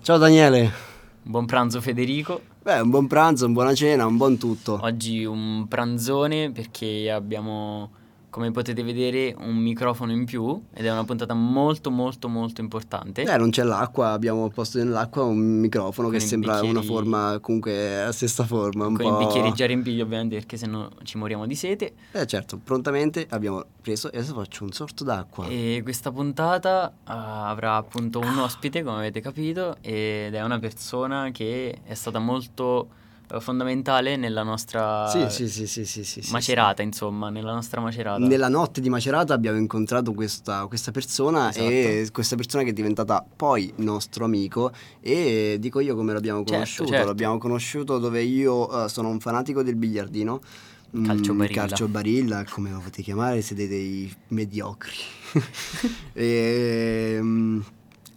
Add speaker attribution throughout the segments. Speaker 1: Ciao Daniele.
Speaker 2: Buon pranzo Federico.
Speaker 1: Beh, un buon pranzo, una buona cena, un buon tutto.
Speaker 2: Oggi un pranzone perché abbiamo, come potete vedere, un microfono in più ed è una puntata molto molto molto importante.
Speaker 1: Eh, non c'è l'acqua, abbiamo al posto nell'acqua un microfono che
Speaker 2: i
Speaker 1: sembra una
Speaker 2: bicchieri-
Speaker 1: forma, comunque la stessa forma. Un
Speaker 2: con
Speaker 1: po'...
Speaker 2: i bicchieri già riempiti ovviamente perché sennò ci moriamo di sete.
Speaker 1: Eh certo, prontamente abbiamo preso e adesso faccio un sorto d'acqua.
Speaker 2: E questa puntata eh, avrà appunto un ospite, come avete capito, ed è una persona che è stata molto eh, fondamentale nella nostra
Speaker 1: Sì, sì, sì, sì, sì, sì, sì,
Speaker 2: eh. macerata, insomma, nella nostra macerata.
Speaker 1: sì. Nella notte di Macerata abbiamo incontrato questa, questa persona e
Speaker 2: Esatto.
Speaker 1: questa persona che è diventata poi nostro amico e dico io come l'abbiamo
Speaker 2: Certo,
Speaker 1: conosciuto,
Speaker 2: certo.
Speaker 1: l'abbiamo conosciuto dove io eh, sono un fanatico del biliardino, mm,
Speaker 2: Calcio barilla.
Speaker 1: calcio barilla, come lo potete chiamare, siete dei mediocri. E, mm,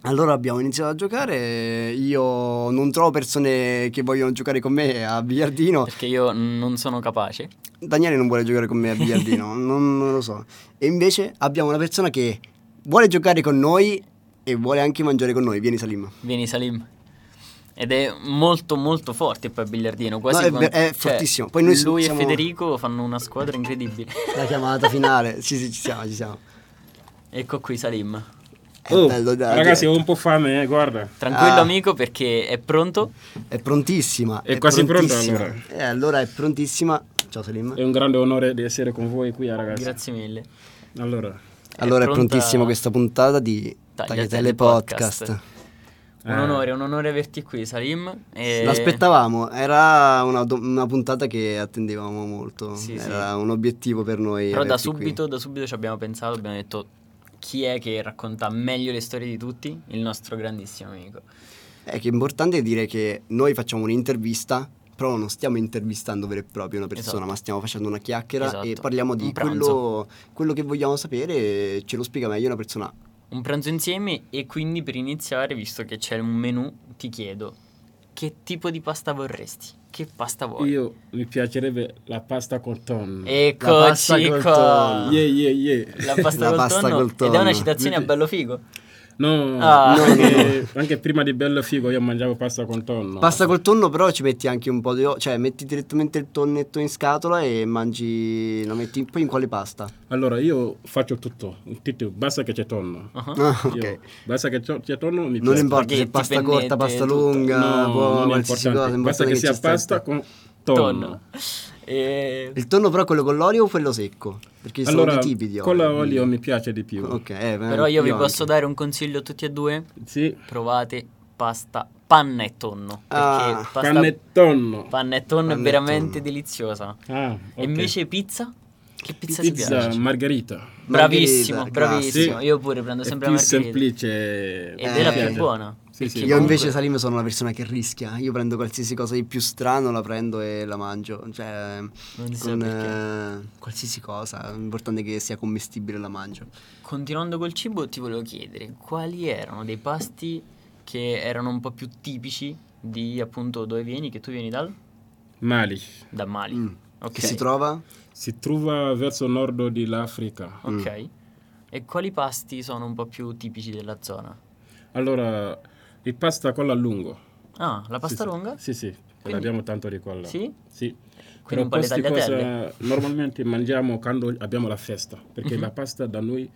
Speaker 1: allora abbiamo iniziato a giocare, io non trovo persone che vogliono giocare con me a biliardino,
Speaker 2: Perché io non sono capace.
Speaker 1: Daniele non vuole giocare con me a biliardino, non, non lo so. E invece abbiamo una persona che vuole giocare con noi e vuole anche mangiare con noi. Vieni Salim.
Speaker 2: Vieni Salim. Ed è molto molto forte poi il biliardino, quasi
Speaker 1: No, è
Speaker 2: quanto-
Speaker 1: ver- è
Speaker 2: cioè,
Speaker 1: fortissimo. Poi noi
Speaker 2: lui
Speaker 1: siamo-
Speaker 2: e Federico fanno una squadra incredibile.
Speaker 1: La chiamata finale. sì, sì, ci siamo, ci siamo.
Speaker 2: ecco qui Salim.
Speaker 1: È
Speaker 3: Oh,
Speaker 1: bello, dai,
Speaker 3: ragazzi,
Speaker 1: diretta.
Speaker 3: ho un po' fame, eh, guarda.
Speaker 2: Tranquillo
Speaker 1: Ah.
Speaker 2: amico perché è pronto.
Speaker 1: È prontissima.
Speaker 3: È quasi pronta,
Speaker 1: prontissima.
Speaker 3: allora. Eh,
Speaker 1: Eh, allora è prontissima. Ciao Salim.
Speaker 3: È un grande onore di essere con voi qui, eh, ragazzi.
Speaker 2: Grazie mille.
Speaker 3: Allora,
Speaker 1: allora è,
Speaker 2: pronta-
Speaker 1: prontissima questa puntata di
Speaker 2: Tagliatelle
Speaker 1: Tagliatelle Podcast.
Speaker 2: Podcast. Un
Speaker 3: Eh.
Speaker 2: onore, un onore averti qui Salim. E...
Speaker 1: L'aspettavamo, era una, do- una puntata che attendevamo molto.
Speaker 2: Sì, sì.
Speaker 1: era un obiettivo per noi.
Speaker 2: Però da
Speaker 1: averti qui.
Speaker 2: subito, da subito ci abbiamo pensato, abbiamo detto chi è che racconta meglio le storie di tutti? Il nostro grandissimo amico.
Speaker 1: È che è importante dire che noi facciamo un'intervista, però non stiamo intervistando vero e proprio una persona,
Speaker 2: Esatto.
Speaker 1: ma stiamo facendo una chiacchiera e
Speaker 2: Esatto.
Speaker 1: parliamo di
Speaker 2: Un
Speaker 1: quello,
Speaker 2: pranzo.
Speaker 1: quello che vogliamo sapere e ce lo spiega meglio una persona.
Speaker 2: Un pranzo insieme e quindi per iniziare, visto che c'è un menù, ti chiedo che tipo di pasta vorresti? Che pasta vuoi?
Speaker 3: io mi piacerebbe la pasta con tonno.
Speaker 1: La pasta
Speaker 2: Eccoci
Speaker 1: col
Speaker 2: qua.
Speaker 1: tonno.
Speaker 3: Yeah, yeah, yeah.
Speaker 2: La pasta,
Speaker 1: La
Speaker 2: col,
Speaker 1: pasta
Speaker 2: tonno.
Speaker 1: col
Speaker 2: Ed è
Speaker 1: tonno.
Speaker 2: una citazione a bello figo.
Speaker 3: No,
Speaker 2: Ah.
Speaker 3: no,
Speaker 1: No, no,
Speaker 3: anche, anche prima di Bello Figo io mangiavo pasta con tonno.
Speaker 1: Pasta col tonno, però ci metti anche un po' di. o- cioè metti direttamente il tonnetto in scatola e mangi. lo metti poi in quale pasta?
Speaker 3: Allora, io faccio tutto, tutto, basta che c'è tonno.
Speaker 2: Ah,
Speaker 1: Ah, ok.
Speaker 3: Io- basta che c'è c'è tonno, mi
Speaker 1: Non
Speaker 3: piace.
Speaker 1: importa se è
Speaker 2: Spaghetti,
Speaker 1: pasta
Speaker 2: pennette,
Speaker 1: corta, pasta
Speaker 2: tutto.
Speaker 1: lunga,
Speaker 3: No,
Speaker 1: boh,
Speaker 3: non è
Speaker 1: qualsiasi
Speaker 3: importante.
Speaker 1: cosa.
Speaker 3: Basta
Speaker 1: l'importante
Speaker 3: che
Speaker 1: è
Speaker 3: sia
Speaker 1: ci sta il
Speaker 3: pasta
Speaker 1: tonno.
Speaker 3: con
Speaker 2: Tonno.
Speaker 3: tonno.
Speaker 2: E...
Speaker 1: Il tonno, però, quello con l'olio o quello secco? Perché ci sono
Speaker 3: Allora,
Speaker 1: due tipi di olio.
Speaker 3: con l'olio
Speaker 1: quindi-
Speaker 3: mi piace di più.
Speaker 1: Ok, eh,
Speaker 2: Però io, vi
Speaker 1: anche.
Speaker 2: posso dare un consiglio a tutti e due.
Speaker 3: Sì,
Speaker 2: Provate pasta panna e tonno. Perché
Speaker 1: Ah,
Speaker 2: pasta
Speaker 3: panna e tonno.
Speaker 2: panna e tonno
Speaker 1: Panna e
Speaker 2: è veramente
Speaker 1: tonno.
Speaker 2: deliziosa.
Speaker 3: Ah,
Speaker 2: E
Speaker 3: ok.
Speaker 2: invece pizza? Che pizza, ti
Speaker 3: pizza
Speaker 2: piace?
Speaker 3: margherita.
Speaker 2: Bravissimo,
Speaker 1: Margherita,
Speaker 2: bravissimo.
Speaker 3: classico.
Speaker 2: Io pure prendo sempre
Speaker 3: è
Speaker 2: la
Speaker 3: più
Speaker 2: margherita.
Speaker 3: semplice.
Speaker 2: Ed
Speaker 1: è la
Speaker 3: Mi
Speaker 1: più
Speaker 3: piace.
Speaker 2: buona,
Speaker 3: Sì,
Speaker 2: perché
Speaker 3: sì.
Speaker 1: Io
Speaker 2: comunque-
Speaker 1: invece Salim sono una persona che rischia, io prendo qualsiasi cosa di più strano, la prendo e la mangio, cioè
Speaker 2: Non si sa
Speaker 1: con
Speaker 2: perché.
Speaker 1: eh, qualsiasi cosa, l'importante è che sia commestibile la mangio.
Speaker 2: Continuando col cibo, ti volevo chiedere quali erano dei pasti che erano un po' più tipici di appunto dove vieni, che tu vieni dal?
Speaker 3: Mali.
Speaker 2: Da Mali.
Speaker 1: Mm.
Speaker 2: Ok. Certo.
Speaker 1: Che si trova?
Speaker 3: Si trova verso nord dell'Africa.
Speaker 2: Ok. E quali pasti sono un po' più tipici della zona?
Speaker 3: Allora, il pasta con la lungo.
Speaker 2: Ah, la pasta
Speaker 3: Sì, sì.
Speaker 2: lunga?
Speaker 3: Sì, sì. che
Speaker 2: Quindi-
Speaker 3: L'abbiamo tanto di quella.
Speaker 2: Sì?
Speaker 3: Sì.
Speaker 2: Quindi un po' le
Speaker 3: queste
Speaker 2: tagliatelle. Mhm.
Speaker 3: cose normalmente mangiamo quando abbiamo la festa, perché la pasta da noi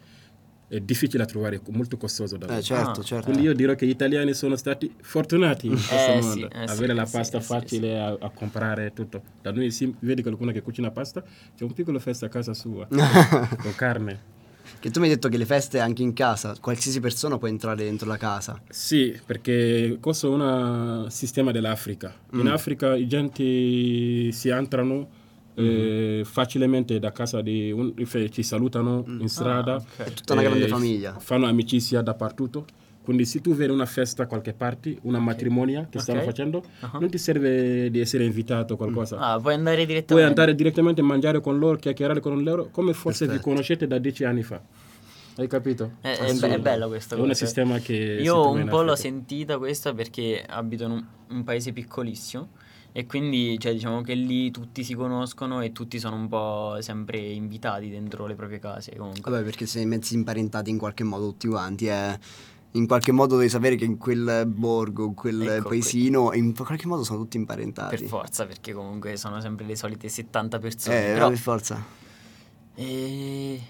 Speaker 3: è difficile da trovare, molto costoso da noi.
Speaker 1: Eh, certo,
Speaker 2: Ah,
Speaker 1: certo.
Speaker 3: Quindi io dirò che gli italiani sono stati fortunati in questo
Speaker 2: Eh,
Speaker 3: mondo.
Speaker 2: sì, eh, sì,
Speaker 3: Avere la
Speaker 2: eh, sì,
Speaker 3: pasta
Speaker 2: eh, sì,
Speaker 3: facile A, a comprare tutto. Da noi si vedi qualcuno che cucina pasta, c'è un piccolo festa a casa sua con carne.
Speaker 1: Che tu mi hai detto che le feste anche in casa, qualsiasi persona può entrare dentro la casa.
Speaker 3: Sì, perché questo è un sistema dell'Africa.
Speaker 2: Mm.
Speaker 3: In Africa i genti si entrano
Speaker 2: Mm-hmm.
Speaker 3: eh, facilmente da casa di un, cioè, ci salutano in
Speaker 2: Mm.
Speaker 3: strada.
Speaker 2: Ah, ok. È
Speaker 1: tutta una grande
Speaker 3: eh,
Speaker 1: famiglia.
Speaker 3: Fanno amicizia dappertutto. Quindi se tu vedi una festa qualche parte, una matrimonia che stanno
Speaker 2: Ok.
Speaker 3: facendo,
Speaker 2: Ah.
Speaker 3: non ti serve di essere invitato a qualcosa.
Speaker 2: Ah, puoi andare direttamente.
Speaker 3: Puoi andare direttamente a mangiare con loro, chiacchierare con loro, come forse
Speaker 1: Perfetto.
Speaker 3: vi conoscete da dieci anni fa. Hai capito?
Speaker 2: È, è,
Speaker 3: Quindi
Speaker 2: be- è bella questa
Speaker 3: È
Speaker 2: cosa.
Speaker 3: un sistema che... si
Speaker 2: eh. Io
Speaker 3: trova in
Speaker 2: un po' l'ho
Speaker 3: Africa.
Speaker 2: sentita questa perché abito in un, un paese piccolissimo e quindi cioè, diciamo che lì tutti si conoscono e tutti sono un po' sempre invitati dentro le proprie case comunque.
Speaker 1: Vabbè, perché siete mezzi imparentati in qualche modo tutti quanti, eh. in qualche modo devi sapere che in quel borgo, in quel
Speaker 2: Ecco,
Speaker 1: paesino, in qualche modo sono tutti imparentati.
Speaker 2: Per forza, perché comunque sono sempre le solite 70 persone.
Speaker 1: Eh,
Speaker 2: però...
Speaker 1: per forza.
Speaker 2: Eh,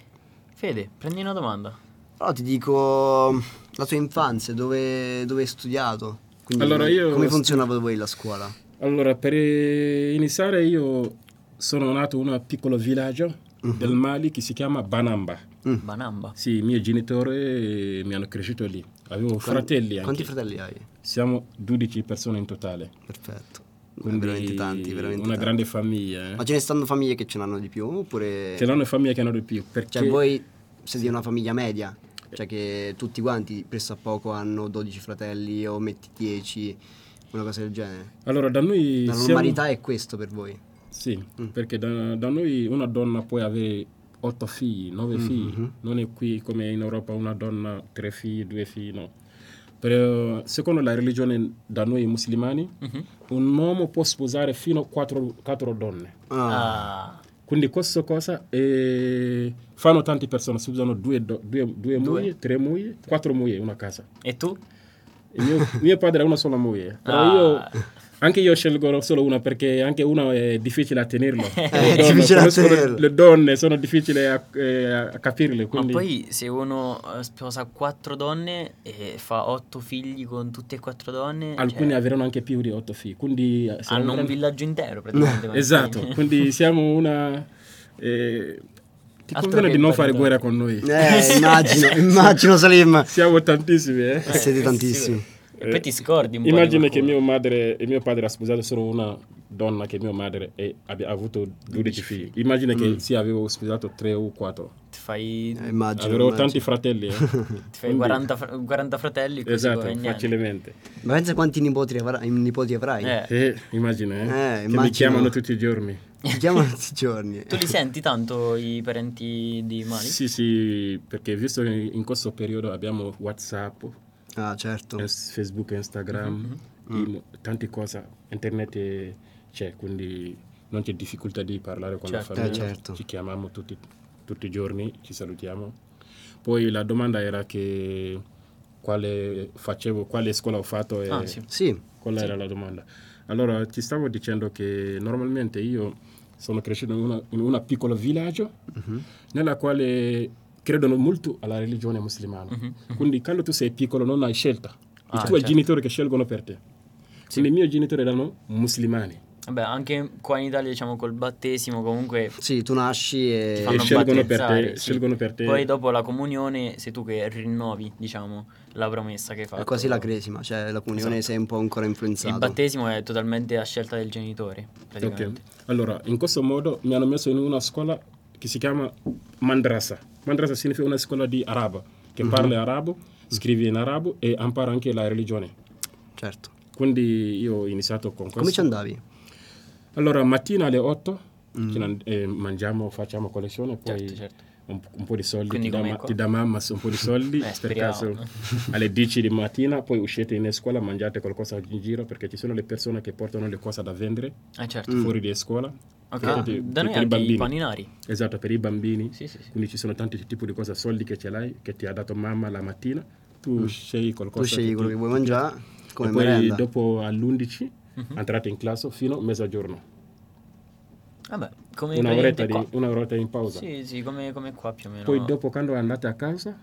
Speaker 2: Fede, prendi una domanda.
Speaker 1: Però ti dico la tua infanzia, dove, dove hai studiato? Quindi
Speaker 3: Allora,
Speaker 1: come-
Speaker 3: io-
Speaker 1: come funzionava voi la scuola?
Speaker 3: Allora, per eh, iniziare io sono nato in un piccolo villaggio
Speaker 1: Mhm.
Speaker 3: del Mali che si chiama Banamba.
Speaker 2: Banamba.
Speaker 3: Sì, i miei genitori eh, mi hanno cresciuto lì. Avevo fratelli anche.
Speaker 1: Quanti fratelli hai?
Speaker 3: Siamo 12 persone in totale.
Speaker 1: Perfetto.
Speaker 3: Quindi
Speaker 1: veramente tanti, veramente
Speaker 3: una
Speaker 1: tanti.
Speaker 3: grande famiglia. eh.
Speaker 1: Ma ce ne stanno famiglie che ce n'hanno di più oppure
Speaker 3: Che non è famiglia che non è più. Perché
Speaker 1: cioè voi siete una famiglia media, cioè che tutti quanti presso a poco hanno 12 fratelli o metti 10, una cosa del genere.
Speaker 3: Allora, da noi...
Speaker 1: La
Speaker 3: siamo-
Speaker 1: normalità è Mm. questo per voi.
Speaker 3: Sì, perché da, da noi una donna può avere otto figli, nove
Speaker 1: Mm-hmm.
Speaker 3: figli, non è qui come in Europa una donna tre figli, due figli, no. Però, secondo la religione da noi musulmani,
Speaker 2: Mhm.
Speaker 3: un uomo può sposare fino a quattro, quattro donne.
Speaker 1: Ah,
Speaker 2: Ah,
Speaker 3: Quindi questa cosa eh, fanno tante persone, si usano due, do- due- due mogli, tre mogli, quattro mogli in una casa.
Speaker 2: e tu?
Speaker 3: E Mio, mio padre ha una sola moglie, però
Speaker 2: Ah.
Speaker 3: io... Anche io scelgo solo una perché anche una è difficile a tenerlo.
Speaker 1: è
Speaker 3: Le donne-
Speaker 1: difficile a
Speaker 3: conoscono-
Speaker 1: tenerlo.
Speaker 3: Le donne sono difficili a, eh, a capirle. Quindi...
Speaker 2: Ma poi se uno eh, sposa quattro donne e fa otto figli con tutte e quattro donne,
Speaker 3: Alcuni
Speaker 2: cioè,
Speaker 3: avranno anche più di otto figli. Quindi eh, siamo
Speaker 2: hanno un
Speaker 3: grandi-
Speaker 2: villaggio intero praticamente. con i
Speaker 3: Esatto,
Speaker 2: figli.
Speaker 3: quindi siamo una... eh, ti
Speaker 2: Altro
Speaker 3: conviene
Speaker 2: che
Speaker 3: di non fare
Speaker 2: parità.
Speaker 3: guerra con noi.
Speaker 1: eh, immagino, immagino Salim.
Speaker 3: Siamo tantissimi. eh.
Speaker 2: Eh,
Speaker 1: Siete
Speaker 2: questo
Speaker 1: tantissimi.
Speaker 2: sicuro. E poi ti scordi un po' di
Speaker 3: Immagina Eh, che
Speaker 2: qualcuno.
Speaker 3: mio, madre, e mio padre ha sposato solo una donna che mio madre e abbia avuto 12 figli. Immagina che sì, avevo sposato 3 o 4.
Speaker 2: Ti fai,
Speaker 1: Eh, immagino.
Speaker 3: Avrò
Speaker 1: immagino.
Speaker 3: tanti fratelli. eh.
Speaker 2: ti fai 40, fr- 40 fratelli così
Speaker 3: Esatto,
Speaker 2: come niente.
Speaker 3: facilmente.
Speaker 1: Ma pensa quanti nipoti avrai. Nipoti avrai.
Speaker 2: Eh,
Speaker 3: Eh, immagina, eh,
Speaker 1: Eh,
Speaker 3: che mi
Speaker 1: immagino.
Speaker 3: chiamano tutti i giorni.
Speaker 1: Ti chiamano tutti i giorni.
Speaker 2: Tu li senti tanto i parenti di Mali?
Speaker 3: Sì, sì, perché visto che in questo periodo abbiamo WhatsApp,
Speaker 1: Ah, certo.
Speaker 3: es- Facebook, Instagram,
Speaker 2: Mhm. Mm.
Speaker 3: imo- tante cose, internet eh, c'è, quindi non c'è difficoltà di parlare con
Speaker 2: Certo.
Speaker 3: la famiglia.
Speaker 1: Eh, certo.
Speaker 3: Ci chiamiamo tutti, tutti i giorni, ci salutiamo. Poi la domanda era che quale facevo, quale scuola ho fatto e
Speaker 2: Ah, sì.
Speaker 1: Sì.
Speaker 3: Quella era la domanda. Allora, ti stavo dicendo che normalmente io sono cresciuto in una, in una piccola villaggio
Speaker 2: Mhm.
Speaker 3: nella quale credono molto alla religione musulmana. Quindi quando tu sei piccolo non hai scelta. I
Speaker 2: Mhm, Ah,
Speaker 3: tuoi
Speaker 2: certo.
Speaker 3: genitori che scelgono per te. Quindi i miei genitori erano musulmani.
Speaker 2: Vabbè, anche qua in Italia, diciamo, col battesimo comunque
Speaker 1: Sì, tu nasci e...
Speaker 2: fanno
Speaker 3: E scelgono per te,
Speaker 2: battezzare, sì.
Speaker 3: scelgono per te.
Speaker 2: Poi dopo la comunione sei tu che rinnovi, diciamo, la promessa che hai fatto.
Speaker 1: È quasi la cresima, cioè la comunione sei un po' ancora
Speaker 2: Esatto. Il
Speaker 1: influenzato.
Speaker 2: battesimo è totalmente a scelta del genitore,
Speaker 3: Ok.
Speaker 2: praticamente.
Speaker 3: Allora, in questo modo mi hanno messo in una scuola che si chiama Mandrasa. Mandrasa significa una scuola di arabo, che
Speaker 2: Mhm.
Speaker 3: parla arabo, scrive in arabo e impara anche la religione.
Speaker 1: Certo.
Speaker 3: Quindi io ho iniziato con questo.
Speaker 1: Come ci andavi?
Speaker 3: Allora, mattina alle 8
Speaker 1: Mm.
Speaker 3: ce ne- eh, mangiamo, facciamo colazione, poi
Speaker 2: Certo, certo.
Speaker 3: Un, un po' di soldi,
Speaker 2: Quindi
Speaker 3: ti dà,
Speaker 2: come
Speaker 3: ma-
Speaker 2: qua.
Speaker 3: ti dà mamma un po' di soldi,
Speaker 2: Eh,
Speaker 3: per
Speaker 2: speriamo.
Speaker 3: caso alle 10 di mattina, poi uscite in scuola, mangiate qualcosa in giro perché ci sono le persone che portano le cose da vendere
Speaker 2: Ah, certo.
Speaker 1: Mm.
Speaker 3: fuori di scuola.
Speaker 2: Ok, da
Speaker 3: per- per- per
Speaker 2: noi
Speaker 3: i
Speaker 2: anche i
Speaker 3: bambini.
Speaker 2: paninari.
Speaker 3: Esatto, per i bambini.
Speaker 2: Sì, sì, sì.
Speaker 3: Quindi ci sono tanti tipi di cose, soldi che ce l'hai, che ti ha dato mamma la mattina, tu
Speaker 1: Mm.
Speaker 3: scegli
Speaker 1: Tu
Speaker 3: qualcosa.
Speaker 1: scegli
Speaker 3: ti-
Speaker 1: quello che vuoi mangiare, come
Speaker 3: e poi
Speaker 1: merenda.
Speaker 3: dopo all'11
Speaker 2: Mhm.
Speaker 3: entrate in classe fino a mezzogiorno.
Speaker 2: Vabbè, come
Speaker 3: Una oretta,
Speaker 2: praticamente
Speaker 3: di-
Speaker 2: qua.
Speaker 3: una oretta in pausa.
Speaker 2: Sì, sì, come, come qua più o meno.
Speaker 3: Poi dopo quando andate a casa,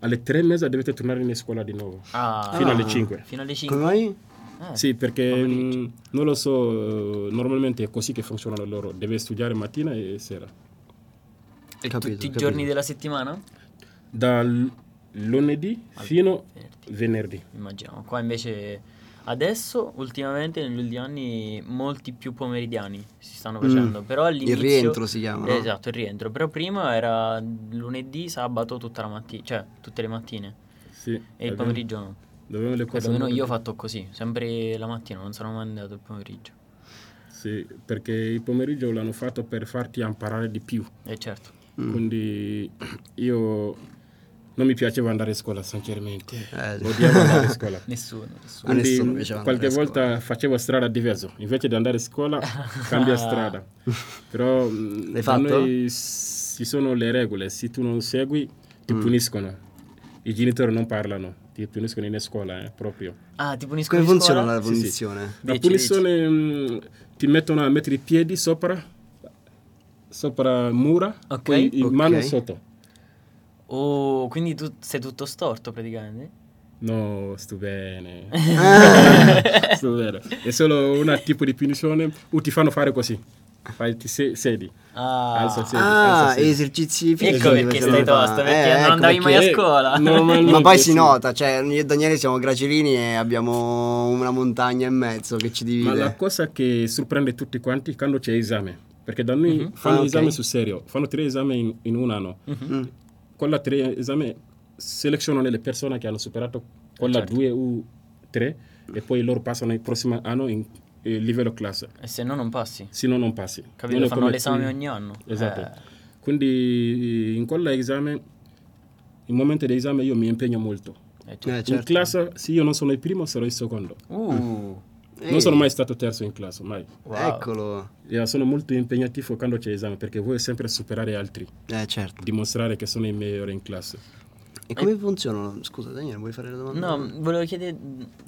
Speaker 3: alle tre e mezza dovete tornare in scuola di nuovo.
Speaker 2: Ah,
Speaker 3: Fino alle 5.
Speaker 2: fino alle Eh,
Speaker 1: Come
Speaker 2: 5.
Speaker 1: mai?
Speaker 2: Ah,
Speaker 3: Sì, perché mh, non lo so, eh, normalmente è così che funzionano loro. Deve studiare mattina e sera.
Speaker 2: E
Speaker 1: Capito,
Speaker 2: tutti i
Speaker 1: capito.
Speaker 2: giorni della settimana?
Speaker 3: Dal lunedì fino venerdì.
Speaker 2: Immaginiamo. Qua invece adesso, ultimamente, negli ultimi anni, molti più pomeridiani si
Speaker 3: Mm.
Speaker 2: stanno facendo. Però all'inizio...
Speaker 1: Il rientro si chiama, no?
Speaker 2: Esatto, il rientro. Però prima era lunedì, sabato, tutta la mattina, cioè tutte le mattine.
Speaker 3: Sì,
Speaker 2: E il
Speaker 3: abbiamo-
Speaker 2: pomeriggio no.
Speaker 3: Dobbiamo le cose
Speaker 2: Perlomeno io ho
Speaker 3: molto-
Speaker 2: fatto così, sempre la mattina, non sono mai andato il pomeriggio.
Speaker 3: Sì, perché il pomeriggio l'hanno fatto per farti imparare di più.
Speaker 2: E certo.
Speaker 3: Quindi io non mi piaceva andare a scuola, sinceramente.
Speaker 1: Eh, sì.
Speaker 3: Odiavo andare a scuola.
Speaker 2: Nessuno, nessuno.
Speaker 1: A nessuno
Speaker 3: Quindi,
Speaker 1: piaceva andare
Speaker 3: qualche
Speaker 1: a scuola.
Speaker 3: volta facevo strada diverso, invece di andare a scuola cambia strada. Però mh,
Speaker 1: L'hai
Speaker 3: da
Speaker 1: fatto?
Speaker 3: noi
Speaker 1: Mm.
Speaker 3: s- ci sono le regole, se tu non segui ti puniscono. I genitori non parlano, ti ti puniscono in scuola, eh, proprio.
Speaker 2: Ah, ti punisco
Speaker 1: Come
Speaker 2: in
Speaker 1: funziona
Speaker 2: scuola?
Speaker 1: la
Speaker 3: Sì,
Speaker 1: punizione?
Speaker 3: La
Speaker 2: Dici,
Speaker 3: punizione mh, ti mettono a mettere i piedi sopra, sopra mura,
Speaker 2: Ok.
Speaker 3: poi in
Speaker 1: Ok.
Speaker 3: mano sotto.
Speaker 2: Oh, quindi tu sei tutto storto praticamente?
Speaker 3: No, sto bene. sto bene. È solo un tipo di punizione o ti fanno fare così. Fai, ti se- sedi.
Speaker 2: Ah,
Speaker 3: Alza, sì.
Speaker 1: Ah,
Speaker 3: penso sì.
Speaker 1: esercizi fisici.
Speaker 2: ecco perché
Speaker 1: facevano
Speaker 2: stai
Speaker 1: fa-
Speaker 2: tosto,
Speaker 1: eh,
Speaker 2: perché non
Speaker 1: ecco
Speaker 2: andavi mai
Speaker 1: perché-
Speaker 2: a
Speaker 3: perché-
Speaker 2: scuola.
Speaker 3: normalmente-
Speaker 1: Ma poi si
Speaker 3: sì.
Speaker 1: nota, cioè io e Daniele siamo gracilini e abbiamo una montagna e mezzo che ci divide.
Speaker 3: Ma la cosa che sorprende tutti quanti quando c'è esame, perché da noi
Speaker 2: Mhm.
Speaker 3: fanno
Speaker 1: Ah, ok.
Speaker 3: esame sul serio, fanno tre esami in, in un anno.
Speaker 1: Mm.
Speaker 3: Con la tre esami selezionano le persone che hanno superato con la
Speaker 2: Certo.
Speaker 3: due o tre e poi loro passano il prossimo anno in eh, livello classe,
Speaker 2: E se no non passi.
Speaker 3: se no non passi.
Speaker 2: Capito?
Speaker 3: Non è
Speaker 2: Fanno
Speaker 3: come
Speaker 2: l'esame
Speaker 3: qui.
Speaker 2: ogni anno.
Speaker 3: Esatto.
Speaker 2: Eh,
Speaker 3: Quindi in quell'esame, il momento dell'esame io mi impegno molto.
Speaker 2: eh, certo.
Speaker 1: Eh,
Speaker 3: In
Speaker 1: certo.
Speaker 3: classe, se io non sono il primo, sarò il secondo.
Speaker 2: Uh,
Speaker 1: Ehi,
Speaker 3: Non sono mai stato terzo in classe, mai.
Speaker 2: wow.
Speaker 1: Ecco. Eccolo.
Speaker 3: Io sono molto impegnativo quando c'è esame perché voglio sempre superare altri,
Speaker 1: Eh certo.
Speaker 3: dimostrare che sono il migliore in classe.
Speaker 1: E come funzionano? Scusa Daniele, vuoi fare la domanda?
Speaker 2: No, volevo chiedere,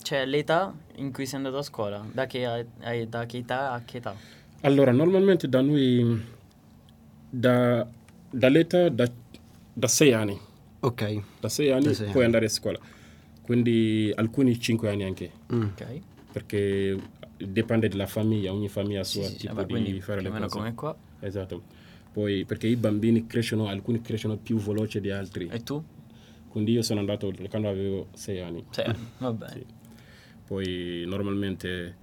Speaker 2: cioè l'età in cui sei andato a scuola, da che, hai- da che età a che età?
Speaker 3: Allora, normalmente da noi, da, dall'età da, da sei anni,
Speaker 1: Ok.
Speaker 3: da sei anni
Speaker 1: Da sei
Speaker 3: puoi
Speaker 1: anni.
Speaker 3: andare a scuola, quindi alcuni cinque anni anche,
Speaker 1: Mm.
Speaker 2: Ok.
Speaker 3: perché dipende dalla famiglia, ogni famiglia ha il
Speaker 2: Sì,
Speaker 3: suo
Speaker 2: sì, sì,
Speaker 3: tipo
Speaker 2: vabbè,
Speaker 3: di
Speaker 2: quindi
Speaker 3: fare
Speaker 2: più
Speaker 3: le
Speaker 2: o meno
Speaker 3: cose.
Speaker 2: come qua.
Speaker 3: Esatto. Poi perché i bambini crescono, alcuni crescono più veloci di altri,
Speaker 2: E tu?
Speaker 3: quindi io sono andato quando avevo sei anni.
Speaker 2: Sei anni, va bene.
Speaker 3: Sì. Poi normalmente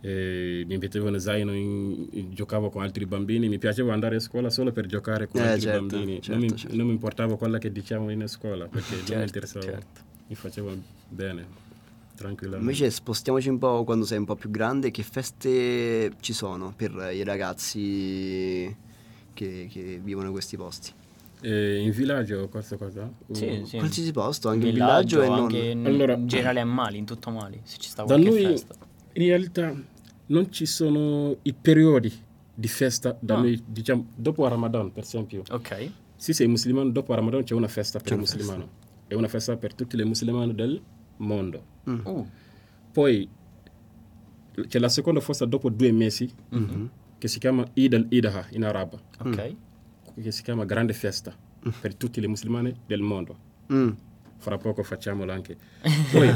Speaker 3: eh, mi mettevano zaino, in- in- giocavo con altri bambini, mi piaceva andare a scuola solo per giocare con
Speaker 1: Eh,
Speaker 3: altri
Speaker 1: certo,
Speaker 3: bambini,
Speaker 1: certo,
Speaker 3: non, mi,
Speaker 1: certo.
Speaker 3: non mi importava quella che diciamo in scuola perché non
Speaker 2: Certo,
Speaker 3: mi interessava,
Speaker 2: certo.
Speaker 3: mi faceva bene, tranquillamente.
Speaker 1: Invece spostiamoci un po' quando sei un po' più grande, che feste ci sono per i ragazzi che, che vivono questi posti?
Speaker 3: Eh, in villaggio questa cosa?
Speaker 2: Sì,
Speaker 3: Uh,
Speaker 2: sì.
Speaker 1: Qualsiasi posto, anche in villaggio, e non...
Speaker 2: anche in,
Speaker 3: Allora-
Speaker 2: in generale a Mali, in tutto Mali, se
Speaker 1: Oh,
Speaker 2: ci sta
Speaker 3: Da
Speaker 2: qualche
Speaker 3: noi
Speaker 2: festa.
Speaker 3: in realtà non ci sono i periodi di festa da
Speaker 2: Ah.
Speaker 3: noi, diciamo, dopo Ramadan per esempio.
Speaker 2: Ok.
Speaker 3: Se sei musulmano, dopo Ramadan c'è una festa per
Speaker 1: C'è
Speaker 3: il
Speaker 1: una festa.
Speaker 3: musulmano. È una festa per tutti i musulmani del mondo.
Speaker 1: Mm.
Speaker 2: Uh,
Speaker 3: Poi c'è la seconda festa dopo due mesi
Speaker 1: Mhm.
Speaker 3: che si chiama Eid al-Idha in arabo,
Speaker 2: ok.
Speaker 3: che si chiama grande festa per tutti i musulmani del mondo.
Speaker 1: Mm.
Speaker 3: Fra poco facciamolo anche. Poi,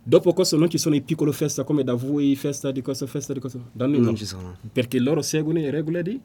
Speaker 3: dopo questo non ci sono i piccoli festa come da voi, festa di questo, festa di questo. Da noi
Speaker 1: Non
Speaker 3: no.
Speaker 1: ci sono. Mm.
Speaker 3: Perché loro seguono le regole di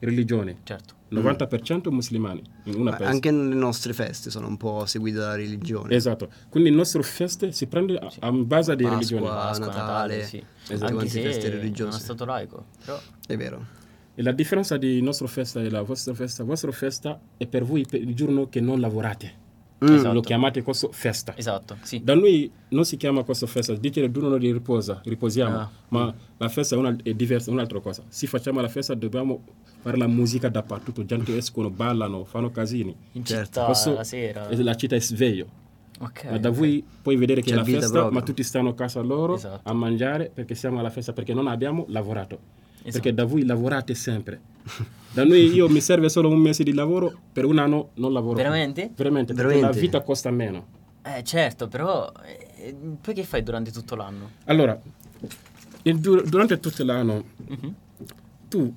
Speaker 3: religione.
Speaker 2: Certo.
Speaker 3: 90% musulmani in una
Speaker 1: Ma
Speaker 3: festa.
Speaker 1: anche le nostre feste sono un po' seguite dalla religione.
Speaker 3: Esatto, quindi il nostro feste si prende a, a base di
Speaker 1: Pasqua.
Speaker 3: religione.
Speaker 1: Ah,
Speaker 2: Pasqua,
Speaker 1: Natale.
Speaker 2: sì.
Speaker 1: Esatto,
Speaker 2: Anche
Speaker 1: quante
Speaker 2: se
Speaker 1: feste
Speaker 2: è uno
Speaker 1: religiose.
Speaker 2: stato laico, però
Speaker 1: È vero.
Speaker 3: E la differenza di nostro festa e la vostra festa, la vostra festa è per voi per il giorno che non lavorate.
Speaker 1: Mm.
Speaker 2: Esatto.
Speaker 3: Lo chiamate questo festa.
Speaker 2: esatto, sì.
Speaker 3: Da noi non si chiama questo festa, dice il giorno di riposa, riposiamo,
Speaker 2: Ah.
Speaker 3: ma la festa è, una- è diversa, è un'altra cosa. Se facciamo la festa dobbiamo fare la musica dappertutto, gente escono, ballano, fanno casini.
Speaker 2: In
Speaker 1: Certo.
Speaker 2: città
Speaker 3: Questo-
Speaker 2: Ah, la sera.
Speaker 3: e La città è sveglio.
Speaker 2: Ok.
Speaker 3: Ma da voi puoi vedere che
Speaker 1: C'è
Speaker 3: è la
Speaker 1: vita
Speaker 3: festa,
Speaker 1: proprio.
Speaker 3: ma tutti stanno a casa loro
Speaker 2: Esatto.
Speaker 3: a mangiare perché siamo alla festa, perché non abbiamo lavorato.
Speaker 2: Esatto.
Speaker 3: Perché da voi lavorate sempre. Da noi io mi serve solo un mese di lavoro, per un anno non lavoro. più.
Speaker 2: Veramente?
Speaker 3: Veramente, perché
Speaker 1: Veramente?
Speaker 3: la vita costa meno.
Speaker 2: Eh certo, però eh, poi che fai durante tutto l'anno?
Speaker 3: Allora, il du- durante tutto l'anno, tu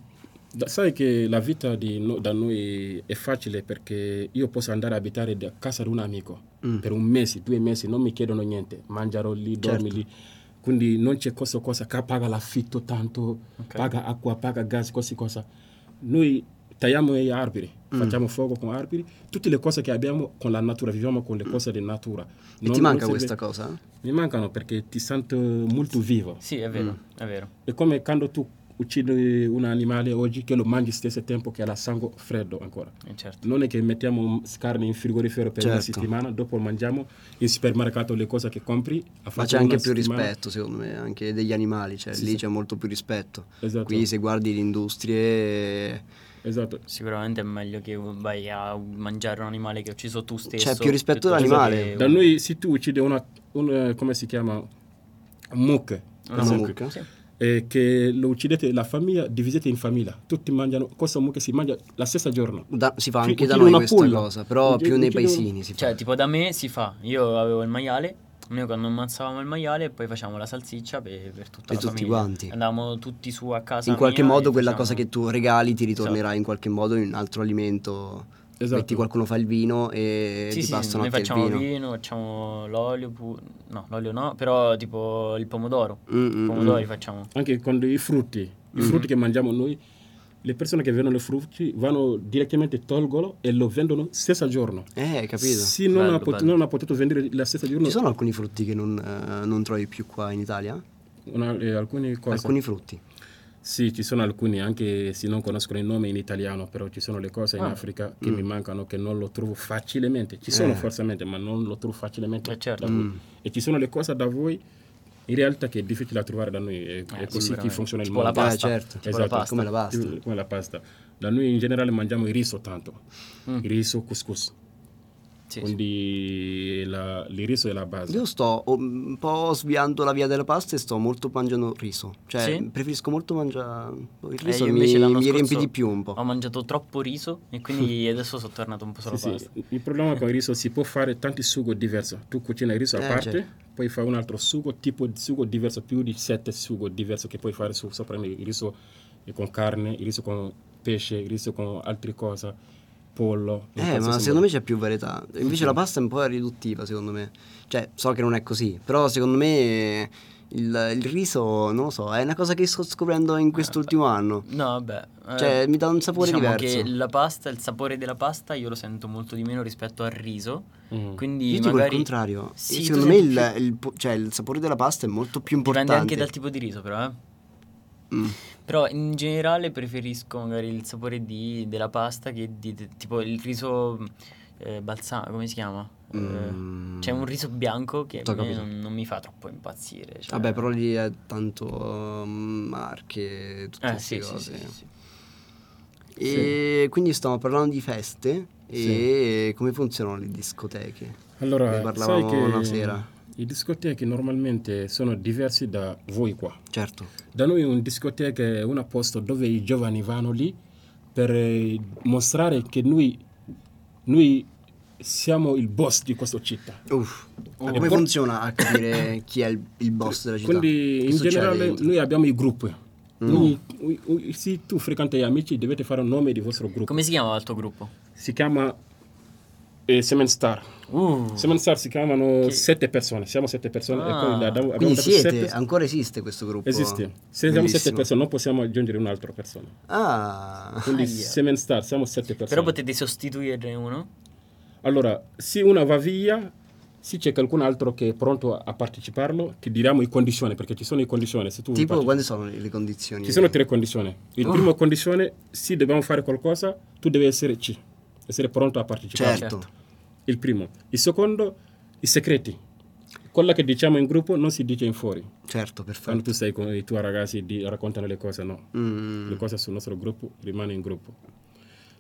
Speaker 3: da- sai che la vita di no- da noi è facile perché io posso andare a abitare da casa di un amico
Speaker 1: Mm.
Speaker 3: per un mese, due mesi, non mi chiedono niente, mangerò lì, dormi
Speaker 1: Certo.
Speaker 3: lì. Quindi non c'è cosa, cosa che paga l'affitto tanto,
Speaker 2: Ok.
Speaker 3: paga acqua, paga gas, cose cosa. Noi tagliamo gli alberi,
Speaker 1: Mm.
Speaker 3: facciamo fuoco con alberi, tutte le cose che abbiamo con la natura, viviamo con le cose della natura.
Speaker 1: Mm. E
Speaker 3: Non-
Speaker 1: ti
Speaker 3: non
Speaker 1: manca
Speaker 3: serve-
Speaker 1: questa cosa?
Speaker 3: Mi mancano perché ti sento molto vivo.
Speaker 2: Sì, è vero,
Speaker 1: Mm.
Speaker 2: è vero.
Speaker 3: È come quando tu uccidi un animale oggi che lo mangi stesso tempo che ha la sangue freddo ancora.
Speaker 2: Eh, certo.
Speaker 3: Non è che mettiamo carne in frigorifero per una
Speaker 1: Certo.
Speaker 3: settimana, dopo mangiamo in supermercato le cose che compri. ha
Speaker 1: Ma
Speaker 3: fatto
Speaker 1: c'è anche
Speaker 3: una
Speaker 1: più
Speaker 3: settimana.
Speaker 1: rispetto, secondo me, anche degli animali, cioè lì c'è molto più rispetto.
Speaker 3: Esatto.
Speaker 1: Qui se guardi le industrie
Speaker 3: Esatto.
Speaker 2: Sicuramente è meglio che vai a mangiare un animale che hai ucciso tu stesso.
Speaker 1: Cioè, più rispetto
Speaker 2: piuttosto
Speaker 1: dell'animale.
Speaker 2: che-
Speaker 3: Da noi se tu uccidi una, un, eh, come si chiama? Mucca.
Speaker 2: una
Speaker 1: una
Speaker 2: mucca.
Speaker 1: mucca.
Speaker 2: Sì.
Speaker 3: eh, che lo uccidete la famiglia, divisete in famiglia, tutti mangiano, cosa comunque si mangia la stessa giorno.
Speaker 1: Da- si fa
Speaker 3: Sì,
Speaker 1: anche da
Speaker 3: uccide
Speaker 1: noi
Speaker 3: una
Speaker 1: questa
Speaker 3: pulla.
Speaker 1: cosa, però
Speaker 3: Uccide-
Speaker 1: più nei
Speaker 3: uccide un-
Speaker 1: paesini si fa.
Speaker 2: Cioè, tipo da me si fa, io avevo il maiale, noi quando ammazzavamo il maiale poi facciamo la salsiccia per, per tutta
Speaker 1: Per
Speaker 2: la
Speaker 1: tutti
Speaker 2: famiglia.
Speaker 1: quanti.
Speaker 2: Andavamo tutti su a casa
Speaker 1: in qualche
Speaker 2: mia
Speaker 1: modo
Speaker 2: e
Speaker 1: quella
Speaker 2: facciamo-
Speaker 1: cosa che tu regali ti
Speaker 2: Esatto.
Speaker 1: ritornerà in qualche modo in un altro alimento.
Speaker 3: Esatto.
Speaker 1: Metti qualcuno fa il vino e
Speaker 2: Sì,
Speaker 1: ti
Speaker 2: sì,
Speaker 1: passano
Speaker 2: noi
Speaker 1: anche il
Speaker 2: facciamo
Speaker 1: vino.
Speaker 2: facciamo l'olio, pu- no, l'olio no, però tipo il pomodoro,
Speaker 1: Mm, mm,
Speaker 2: i
Speaker 1: mm.
Speaker 2: pomodori facciamo.
Speaker 3: Anche con i frutti, i
Speaker 2: Mm-hmm.
Speaker 3: frutti che mangiamo noi, le persone che vendono i frutti vanno direttamente tolgono e lo vendono stessa giorno.
Speaker 1: Eh, capito.
Speaker 3: Se non,
Speaker 2: Bello,
Speaker 3: ha pot-
Speaker 2: bello.
Speaker 3: non ha potuto vendere la stessa giorno,
Speaker 1: Ci sono alcuni frutti che non, eh, non trovi più qua in Italia?
Speaker 3: una- eh, alcune cose.
Speaker 1: Alcuni frutti.
Speaker 3: Sì, ci sono alcuni, anche se non conoscono il nome in italiano, però ci sono le cose in
Speaker 2: Ah.
Speaker 3: Africa
Speaker 2: Mm.
Speaker 3: che mi mancano, che non lo trovo facilmente. Ci sono
Speaker 1: Eh.
Speaker 3: forzamente, ma non lo trovo facilmente.
Speaker 2: Eh, certo.
Speaker 3: da voi. E ci sono le cose da voi, in realtà, che è difficile da trovare da noi. È, è
Speaker 2: sì,
Speaker 3: così che
Speaker 2: veramente.
Speaker 3: funziona il
Speaker 2: Tipo
Speaker 3: mondo.
Speaker 2: la
Speaker 1: Eh,
Speaker 2: pasta.
Speaker 1: certo.
Speaker 2: Tipo la pasta.
Speaker 1: Come la pasta.
Speaker 3: Tipo- come la pasta. Da noi in generale mangiamo il riso tanto. Il riso couscous.
Speaker 2: Sì, sì.
Speaker 3: Quindi la- il riso è la base.
Speaker 1: Io sto oh, un po' sviando la via della pasta e sto molto mangiando riso. Cioè,
Speaker 2: Sì?
Speaker 1: preferisco molto mangiare boh, il
Speaker 2: Eh,
Speaker 1: riso,
Speaker 2: io
Speaker 1: mi,
Speaker 2: invece
Speaker 1: mi
Speaker 2: l'anno
Speaker 1: riempie
Speaker 2: scorso
Speaker 1: di più un po'.
Speaker 2: Ho mangiato troppo riso e quindi adesso sono tornato un po' sulla
Speaker 3: Sì,
Speaker 2: pasta.
Speaker 3: sì. Il problema con il riso si può fare tanti sugo diversi. Tu cucini il riso a
Speaker 1: Eh,
Speaker 3: parte,
Speaker 1: certo.
Speaker 3: poi fai un altro sugo, tipo di sugo diverso, più di sette sugo diverso che puoi fare su, sopra il riso con carne, il riso con pesce, il riso con altre cose, pollo. e
Speaker 1: Eh, ma
Speaker 3: cose simili.
Speaker 1: secondo me c'è più varietà. Invece la pasta è un po' riduttiva, secondo me. Cioè, so che non è così, però secondo me eh, il, il riso, non lo so, è una cosa che sto scoprendo in quest'ultimo anno.
Speaker 2: No, vabbè. eh,
Speaker 1: Cioè, mi dà un sapore
Speaker 2: diciamo
Speaker 1: diverso.
Speaker 2: che la pasta, il sapore della pasta io lo sento molto di meno rispetto al riso.
Speaker 3: Mm.
Speaker 2: Quindi
Speaker 1: Io dico
Speaker 2: magari...
Speaker 1: il contrario.
Speaker 2: Sì,
Speaker 1: secondo
Speaker 2: tu
Speaker 1: me
Speaker 2: senti
Speaker 1: il,
Speaker 2: più-
Speaker 1: il po- cioè, il sapore della pasta è molto più importante. Mm.
Speaker 2: Dipende anche cioè. dal tipo di riso, però, eh. Però in generale preferisco magari il sapore di- della pasta che di, di- tipo il riso eh, balsamico, come si chiama? Eh,
Speaker 1: Mm.
Speaker 2: C'è un riso bianco che
Speaker 1: T'ho
Speaker 2: a me
Speaker 1: capito.
Speaker 2: non, non mi fa troppo impazzire. cioè-
Speaker 1: Vabbè, però lì è tanto um, marche, tutte
Speaker 2: Eh,
Speaker 1: queste
Speaker 2: sì, sì,
Speaker 1: cose.
Speaker 2: sì, sì, sì.
Speaker 1: E quindi stiamo parlando di feste e come funzionano le discoteche. Ne
Speaker 3: Allora, sai
Speaker 1: parlavamo
Speaker 3: che
Speaker 1: una sera.
Speaker 3: i discoteche normalmente sono diversi da voi qua.
Speaker 1: Certo.
Speaker 3: Da noi un discoteca è un posto dove i giovani vanno lì per eh, mostrare che noi, noi siamo il boss di questa città.
Speaker 1: Uff. Ma
Speaker 3: Oh.
Speaker 1: come funziona a capire chi è il, il boss della città?
Speaker 3: Quindi
Speaker 1: Che
Speaker 3: in
Speaker 1: succede Mm.
Speaker 3: generale
Speaker 1: dentro?
Speaker 3: noi abbiamo i gruppi. Ogni- u- u- se tu frequenti gli amici dovete fare un nome di vostro gruppo.
Speaker 2: Come si chiama il tuo gruppo?
Speaker 3: Si chiama eh, Semen Star.
Speaker 1: Oh.
Speaker 2: Uh,
Speaker 3: Semen Star si chiamano sette persone. Siamo sette persone.
Speaker 2: Ah.
Speaker 3: e poi abbiamo- abbiamo
Speaker 1: Quindi
Speaker 3: dato
Speaker 1: siete,
Speaker 3: sette-
Speaker 1: ancora esiste questo gruppo?
Speaker 3: Esiste. Se siamo sette
Speaker 1: Bellissimo.
Speaker 3: persone non possiamo aggiungere un'altra persona.
Speaker 1: Ah,
Speaker 3: Quindi
Speaker 2: Aia.
Speaker 3: Semen Star siamo sette persone.
Speaker 2: però potete sostituirne uno?
Speaker 3: Allora, se una va via, se c'è qualcun altro che è pronto a parteciparlo, ti diremo le condizioni, perché ci sono le condizioni. Se tu vuoi
Speaker 1: tipo Oh.
Speaker 3: parteci-
Speaker 1: quali sono le le condizioni?
Speaker 3: Ci sono tre condizioni. La prima condizione, se dobbiamo fare qualcosa, tu devi essere C, essere pronto a partecipare.
Speaker 1: Certo.
Speaker 2: Certo.
Speaker 3: Il primo. Il secondo, i segreti. Quello che diciamo in gruppo non si dice in fuori.
Speaker 1: Certo,
Speaker 3: Quando
Speaker 1: perfetto.
Speaker 3: tu sei con i tuoi ragazzi di- raccontano le cose, no.
Speaker 1: Mm.
Speaker 3: Le cose sul nostro gruppo rimane in gruppo.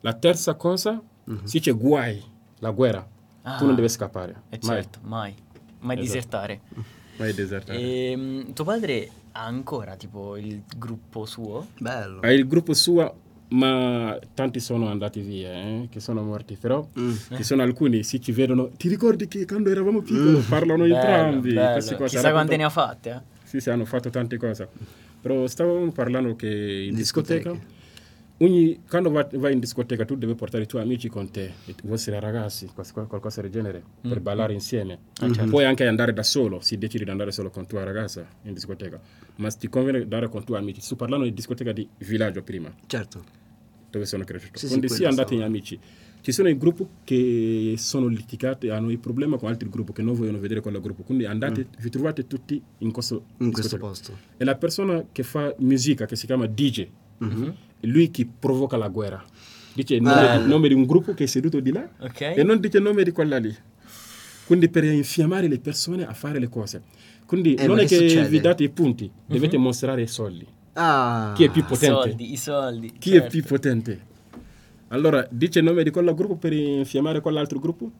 Speaker 3: La terza cosa, se c'è guai, la guerra,
Speaker 2: Mm-hmm. Ah.
Speaker 3: tu non devi scappare.
Speaker 2: Eh,
Speaker 3: Mai.
Speaker 2: certo, mai. Mai
Speaker 3: Esatto. Eh.
Speaker 2: disertare.
Speaker 3: Vai desertare.
Speaker 2: Ehm, tuo padre ha ancora tipo il gruppo suo?
Speaker 1: Bello.
Speaker 3: Ha il gruppo suo, ma tanti sono andati via, eh, che sono morti, però
Speaker 2: Mm.
Speaker 3: ci sono alcuni, se ci vedono, ti ricordi che quando eravamo piccoli parlano
Speaker 2: Mm. Bello,
Speaker 3: entrambi?
Speaker 2: bello.
Speaker 3: queste cose,
Speaker 2: Chissà quante
Speaker 3: raccontano-
Speaker 2: ne ha fatte, eh?
Speaker 3: Sì, sì, hanno fatto tante cose. Però stavamo parlando che in
Speaker 1: Discoteche.
Speaker 3: discoteca, ogni, quando va- vai in discoteca tu devi portare i tuoi amici con te, i tu- vostri ragazzi, quals- qual- qualcosa del genere, per ballare insieme. Puoi anche andare da solo, se decidi di andare solo con tua ragazza in discoteca, ma ti conviene andare con tuoi amici. Sto parlando di discoteca di villaggio prima
Speaker 1: Certo.
Speaker 3: dove sono cresciuto.
Speaker 1: Sì, sì,
Speaker 3: Quindi
Speaker 1: quello
Speaker 3: sì, andate
Speaker 1: stavo-
Speaker 3: in amici. Ci sono i gruppi che sono litigati, hanno il problema con altri gruppi che non vogliono vedere quel gruppo. Quindi andate, vi trovate tutti in questo,
Speaker 1: Mm. In questo
Speaker 3: discoteca.
Speaker 1: posto.
Speaker 3: E la persona che fa musica, che si chiama DJ,
Speaker 1: Mhm.
Speaker 3: è lui che provoca la guerra. Dice il nome, il nome di un gruppo che è seduto di là
Speaker 2: Ok.
Speaker 3: e non dice il nome di quella lì. Quindi per infiammare le persone a fare le cose. Quindi
Speaker 1: Eh,
Speaker 3: non
Speaker 1: ma
Speaker 3: è
Speaker 1: che
Speaker 3: che
Speaker 1: succede? Mhm.
Speaker 3: vi date i punti, dovete mostrare i soldi.
Speaker 1: Ah.
Speaker 3: Chi è più
Speaker 2: I
Speaker 3: potente?
Speaker 2: soldi, i soldi.
Speaker 3: Chi è
Speaker 2: certo.
Speaker 3: più potente? Allora, dice il nome di quel gruppo per infiammare quell'altro gruppo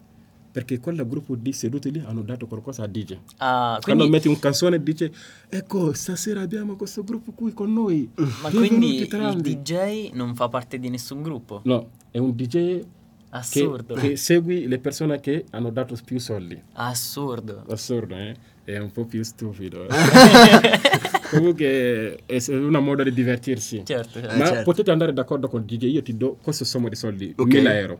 Speaker 3: perché quel gruppo di seduti lì hanno dato qualcosa a DJ.
Speaker 2: Ah,
Speaker 3: Quando
Speaker 2: quindi,
Speaker 3: metti un canzone dice, ecco, stasera abbiamo questo gruppo qui con noi.
Speaker 2: ma
Speaker 3: Benvenuti
Speaker 2: quindi il
Speaker 3: tardi."
Speaker 2: DJ non fa parte di nessun gruppo?
Speaker 3: No, è un DJ che,
Speaker 2: Assurdo.
Speaker 3: che segui le persone che hanno dato più soldi.
Speaker 2: Assurdo.
Speaker 3: Assurdo, eh? È un po' più stupido. eh. Comunque è s- una moda di divertirsi.
Speaker 2: Certo, certo.
Speaker 1: Eh,
Speaker 3: Ma
Speaker 1: certo.
Speaker 3: potete andare d'accordo con il DJ, io ti do questo sommo di soldi,
Speaker 1: Ok.
Speaker 3: 1000 euro.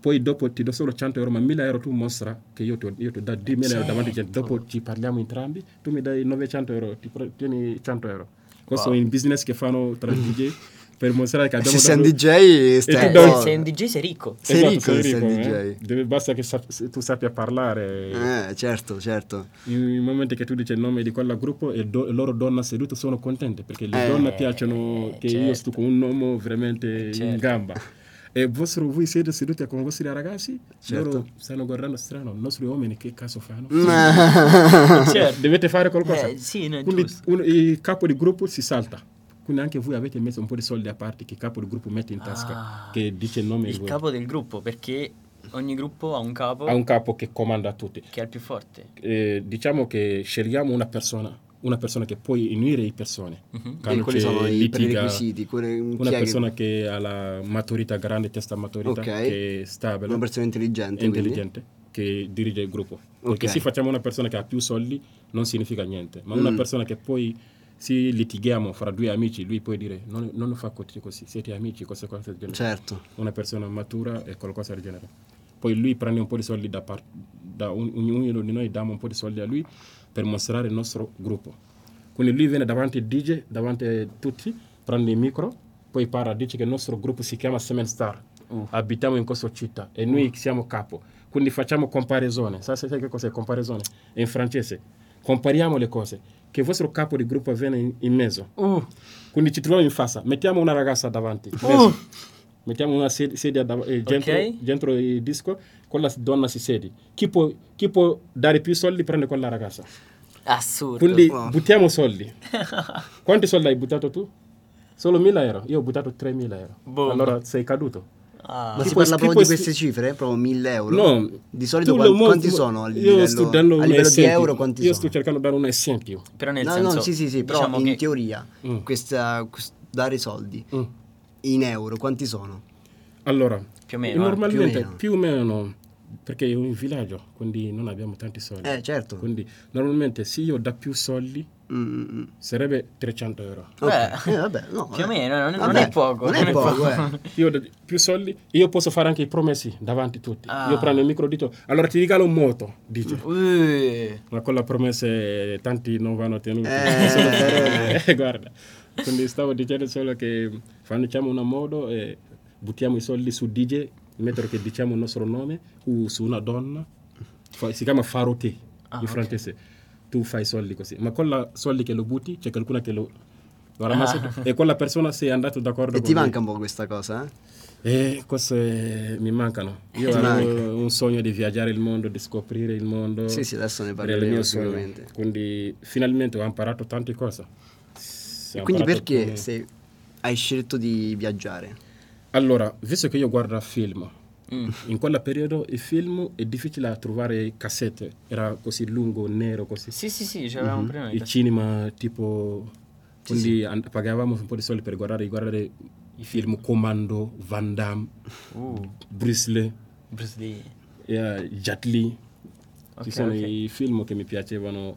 Speaker 3: Poi dopo ti do solo 100 euro, ma 1000 euro tu mostra che io ti, ho- io ti do 10.000 euro davanti a gente. Dopo
Speaker 1: Certo.
Speaker 3: ci parliamo entrambi, tu mi dai 900 euro, ti pre- tieni 100 euro. Questo
Speaker 2: Wow.
Speaker 3: è un business che fanno tra DJ per mostrare che abbiamo
Speaker 1: Se sei un
Speaker 3: dato-
Speaker 1: DJ, stai
Speaker 3: tu
Speaker 2: Eh,
Speaker 3: dai-
Speaker 1: buono.
Speaker 2: se sei un DJ sei ricco.
Speaker 1: Sei
Speaker 3: Esatto,
Speaker 1: ricco se sei
Speaker 3: ricco,
Speaker 1: DJ.
Speaker 3: eh. Deve- basta che sa- se tu sappia parlare.
Speaker 1: Eh, certo, certo.
Speaker 3: Il momento che tu dici il nome di quel gruppo e do- loro donna seduta sono contente perché le
Speaker 1: Eh,
Speaker 3: donne piacciono che io sto con un uomo veramente in
Speaker 2: certo.
Speaker 3: gamba. E vostro, voi siete seduti con i vostri ragazzi,
Speaker 1: Certo.
Speaker 3: loro stanno guardando strano, i nostri uomini che cazzo fanno? Cioè,
Speaker 2: Certo.
Speaker 3: Dovete fare qualcosa.
Speaker 2: Mm. Eh, sì, no, è
Speaker 3: Quindi
Speaker 2: giusto.
Speaker 3: un- il capo di gruppo si salta. Quindi anche voi avete messo un po' di soldi a parte che il capo di gruppo mette in tasca,
Speaker 2: Ah.
Speaker 3: che dice il nome di
Speaker 2: Il
Speaker 3: voi.
Speaker 2: capo del gruppo, perché ogni gruppo ha un capo
Speaker 3: Ha un capo che comanda a tutti.
Speaker 2: che è il più forte.
Speaker 3: eh, diciamo che scegliamo una persona, una persona che puoi unire le persone.
Speaker 1: Mhm. E
Speaker 3: Quando
Speaker 1: quali
Speaker 3: c'è
Speaker 1: sono i
Speaker 3: litiga,
Speaker 1: prerequisiti? Quelle-
Speaker 3: Una
Speaker 1: chi è che-
Speaker 3: persona che... ha la maturità, grande testa maturita,
Speaker 1: Ok.
Speaker 3: che è stabile,
Speaker 1: Una persona intelligente. quindi?
Speaker 3: intelligente, che dirige il gruppo. Perché
Speaker 1: Ok.
Speaker 3: se facciamo una persona che ha più soldi non significa niente, ma una
Speaker 1: Mm.
Speaker 3: persona che poi se litighiamo fra due amici, lui può dire non, non lo fa così, così, siete amici, cose, cose del genere
Speaker 1: Certo.
Speaker 3: una persona matura e qualcosa del genere. Poi lui prende un po' di soldi da parte, da un- ognuno di noi diamo un po' di soldi a lui per mostrare il nostro gruppo. Quindi lui viene davanti al DJ, davanti a tutti, prende il micro, poi parla, dice che il nostro gruppo si chiama Semen Star, abitiamo in questa città e noi siamo capo. Quindi facciamo comparazione, Sa- sai che cos'è comparazione? È in francese. Compariamo le cose, che il vostro capo di gruppo viene in, in mezzo.
Speaker 2: Uh,
Speaker 3: Quindi ci troviamo in fassa, mettiamo una ragazza davanti,
Speaker 2: Oh.
Speaker 3: mezzo. mettiamo una sed- sedia dav- eh, dentro,
Speaker 2: Ok.
Speaker 3: dentro il disco, quella s- donna si siede. Chi può, chi può dare più soldi prende quella ragazza.
Speaker 2: assurdo.
Speaker 3: Quindi
Speaker 1: Wow.
Speaker 3: buttiamo soldi. Quanti soldi hai buttato tu? Solo 1000 euro, io ho buttato 3000 euro.
Speaker 2: Boh.
Speaker 3: Allora sei caduto.
Speaker 2: Ah,
Speaker 1: Ma
Speaker 3: Chi
Speaker 1: si
Speaker 3: può-
Speaker 1: parla
Speaker 3: chi
Speaker 1: proprio
Speaker 3: può
Speaker 1: di
Speaker 3: s-
Speaker 1: queste cifre? Proprio 1000 euro?
Speaker 3: No,
Speaker 1: Di solito
Speaker 3: tu
Speaker 1: quan-
Speaker 3: lo mo-
Speaker 1: quanti
Speaker 3: tu-
Speaker 1: sono? A
Speaker 3: Io
Speaker 1: livello,
Speaker 3: sto dando
Speaker 1: a
Speaker 3: un
Speaker 1: livello di
Speaker 3: esempio.
Speaker 1: euro quanti
Speaker 3: Io
Speaker 1: sono?
Speaker 3: sto cercando di dare un esempio.
Speaker 2: però nel
Speaker 1: no,
Speaker 2: senso...
Speaker 1: no, sì, sì, sì, però
Speaker 2: diciamo
Speaker 1: in
Speaker 2: che-
Speaker 1: teoria
Speaker 3: Mm.
Speaker 1: questa, quest- dare i soldi
Speaker 3: Mm.
Speaker 1: in euro quanti sono?
Speaker 3: Allora,
Speaker 2: Più o meno, eh,
Speaker 3: normalmente
Speaker 1: più o meno.
Speaker 3: più o meno, perché è un villaggio, quindi non abbiamo tanti soldi.
Speaker 1: Eh, certo.
Speaker 3: Quindi normalmente se io da più soldi
Speaker 1: Mm, mm, mm.
Speaker 3: sarebbe 300 euro.
Speaker 2: Beh,
Speaker 1: Ok. Eh, vabbè, no,
Speaker 2: Più
Speaker 1: vabbè.
Speaker 2: o meno, non, non
Speaker 1: Vabbè,
Speaker 2: è poco.
Speaker 1: Non è poco, eh.
Speaker 3: Io do più soldi, io posso fare anche i promessi davanti a tutti.
Speaker 2: Ah.
Speaker 3: Io prendo il micro dito, allora ti regalo un moto, dice.
Speaker 2: Eh,
Speaker 3: Ma con la promessa eh, tanti non vanno tenuti.
Speaker 1: Eh.
Speaker 3: Sono parole, eh, guarda. Quindi stavo dicendo solo che facciamo una modo e buttiamo i soldi su DJ, mentre che diciamo il nostro nome, o su una donna. Fa- si chiama Farote
Speaker 2: Ah,
Speaker 3: in
Speaker 2: ok.
Speaker 3: francese. Tu fai soldi così. Ma con la soldi che lo butti c'è qualcuno che lo... lo rammazza
Speaker 2: Ah.
Speaker 3: tu. E con la persona sei andato d'accordo
Speaker 1: E ti
Speaker 3: con lui.
Speaker 1: manca un po' questa cosa, eh?
Speaker 3: Eh, queste mi mancano. Io
Speaker 1: Ti
Speaker 3: avevo
Speaker 1: manca.
Speaker 3: un sogno di viaggiare il mondo, di scoprire il mondo.
Speaker 1: Sì, sì, adesso ne
Speaker 3: Era il
Speaker 1: parleremo
Speaker 3: mio sogno.
Speaker 1: sicuramente.
Speaker 3: Quindi finalmente ho imparato tante cose.
Speaker 1: E
Speaker 3: Sì, ho
Speaker 1: quindi
Speaker 3: imparato
Speaker 1: perché
Speaker 3: come-
Speaker 1: se hai scelto di viaggiare?
Speaker 3: Allora, visto che io guardo film, in quel periodo il film è difficile a trovare cassette, era così lungo, nero, così.
Speaker 2: Sì, sì, sì, c'avevamo prima.
Speaker 3: Mm-hmm. Il cinema tipo... Quindi and- pagavamo un po' di soldi per guardare, guardare i film Comando, Van Damme,
Speaker 2: Uh,
Speaker 3: Bruce Lee.
Speaker 2: Bruce Lee.
Speaker 3: eh, Jet Li.
Speaker 2: Ok,
Speaker 3: Ci sono
Speaker 2: ok.
Speaker 3: i film che mi piacevano.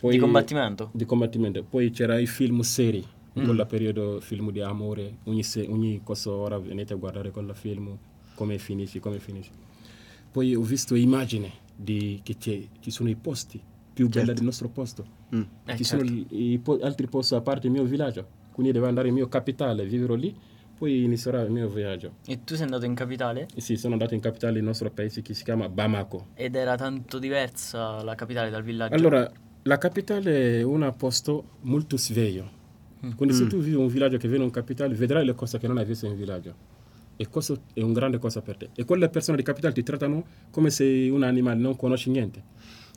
Speaker 2: Di combattimento? Mm.
Speaker 3: Di combattimento. Poi c'era i film seri, in quella periodo film di amore, ogni, se- ogni cosa ora venite a guardare quella film, come finisci, come finisci. Poi ho visto immagini di, che c'è- ci sono i posti più belli
Speaker 2: Certo.
Speaker 3: del nostro posto,
Speaker 1: Mm.
Speaker 2: Eh, certo.
Speaker 3: ci sono i- i po- altri posti a parte il mio villaggio, quindi devo andare in mio capitale, vivere lì, poi inizierà il mio viaggio.
Speaker 2: E tu sei andato in capitale?
Speaker 3: Eh Sì, sono andato in capitale del nostro paese che si chiama Bamako.
Speaker 2: Ed era tanto diversa la capitale dal villaggio.
Speaker 3: Allora, la capitale è un posto molto sveglio.
Speaker 2: Mm.
Speaker 3: Quindi se tu vivi in un villaggio che viene in capitale, vedrai le cose che non hai visto in villaggio. E questo è una grande cosa per te. E quelle persone di capitale ti trattano come se un animale non conosci niente.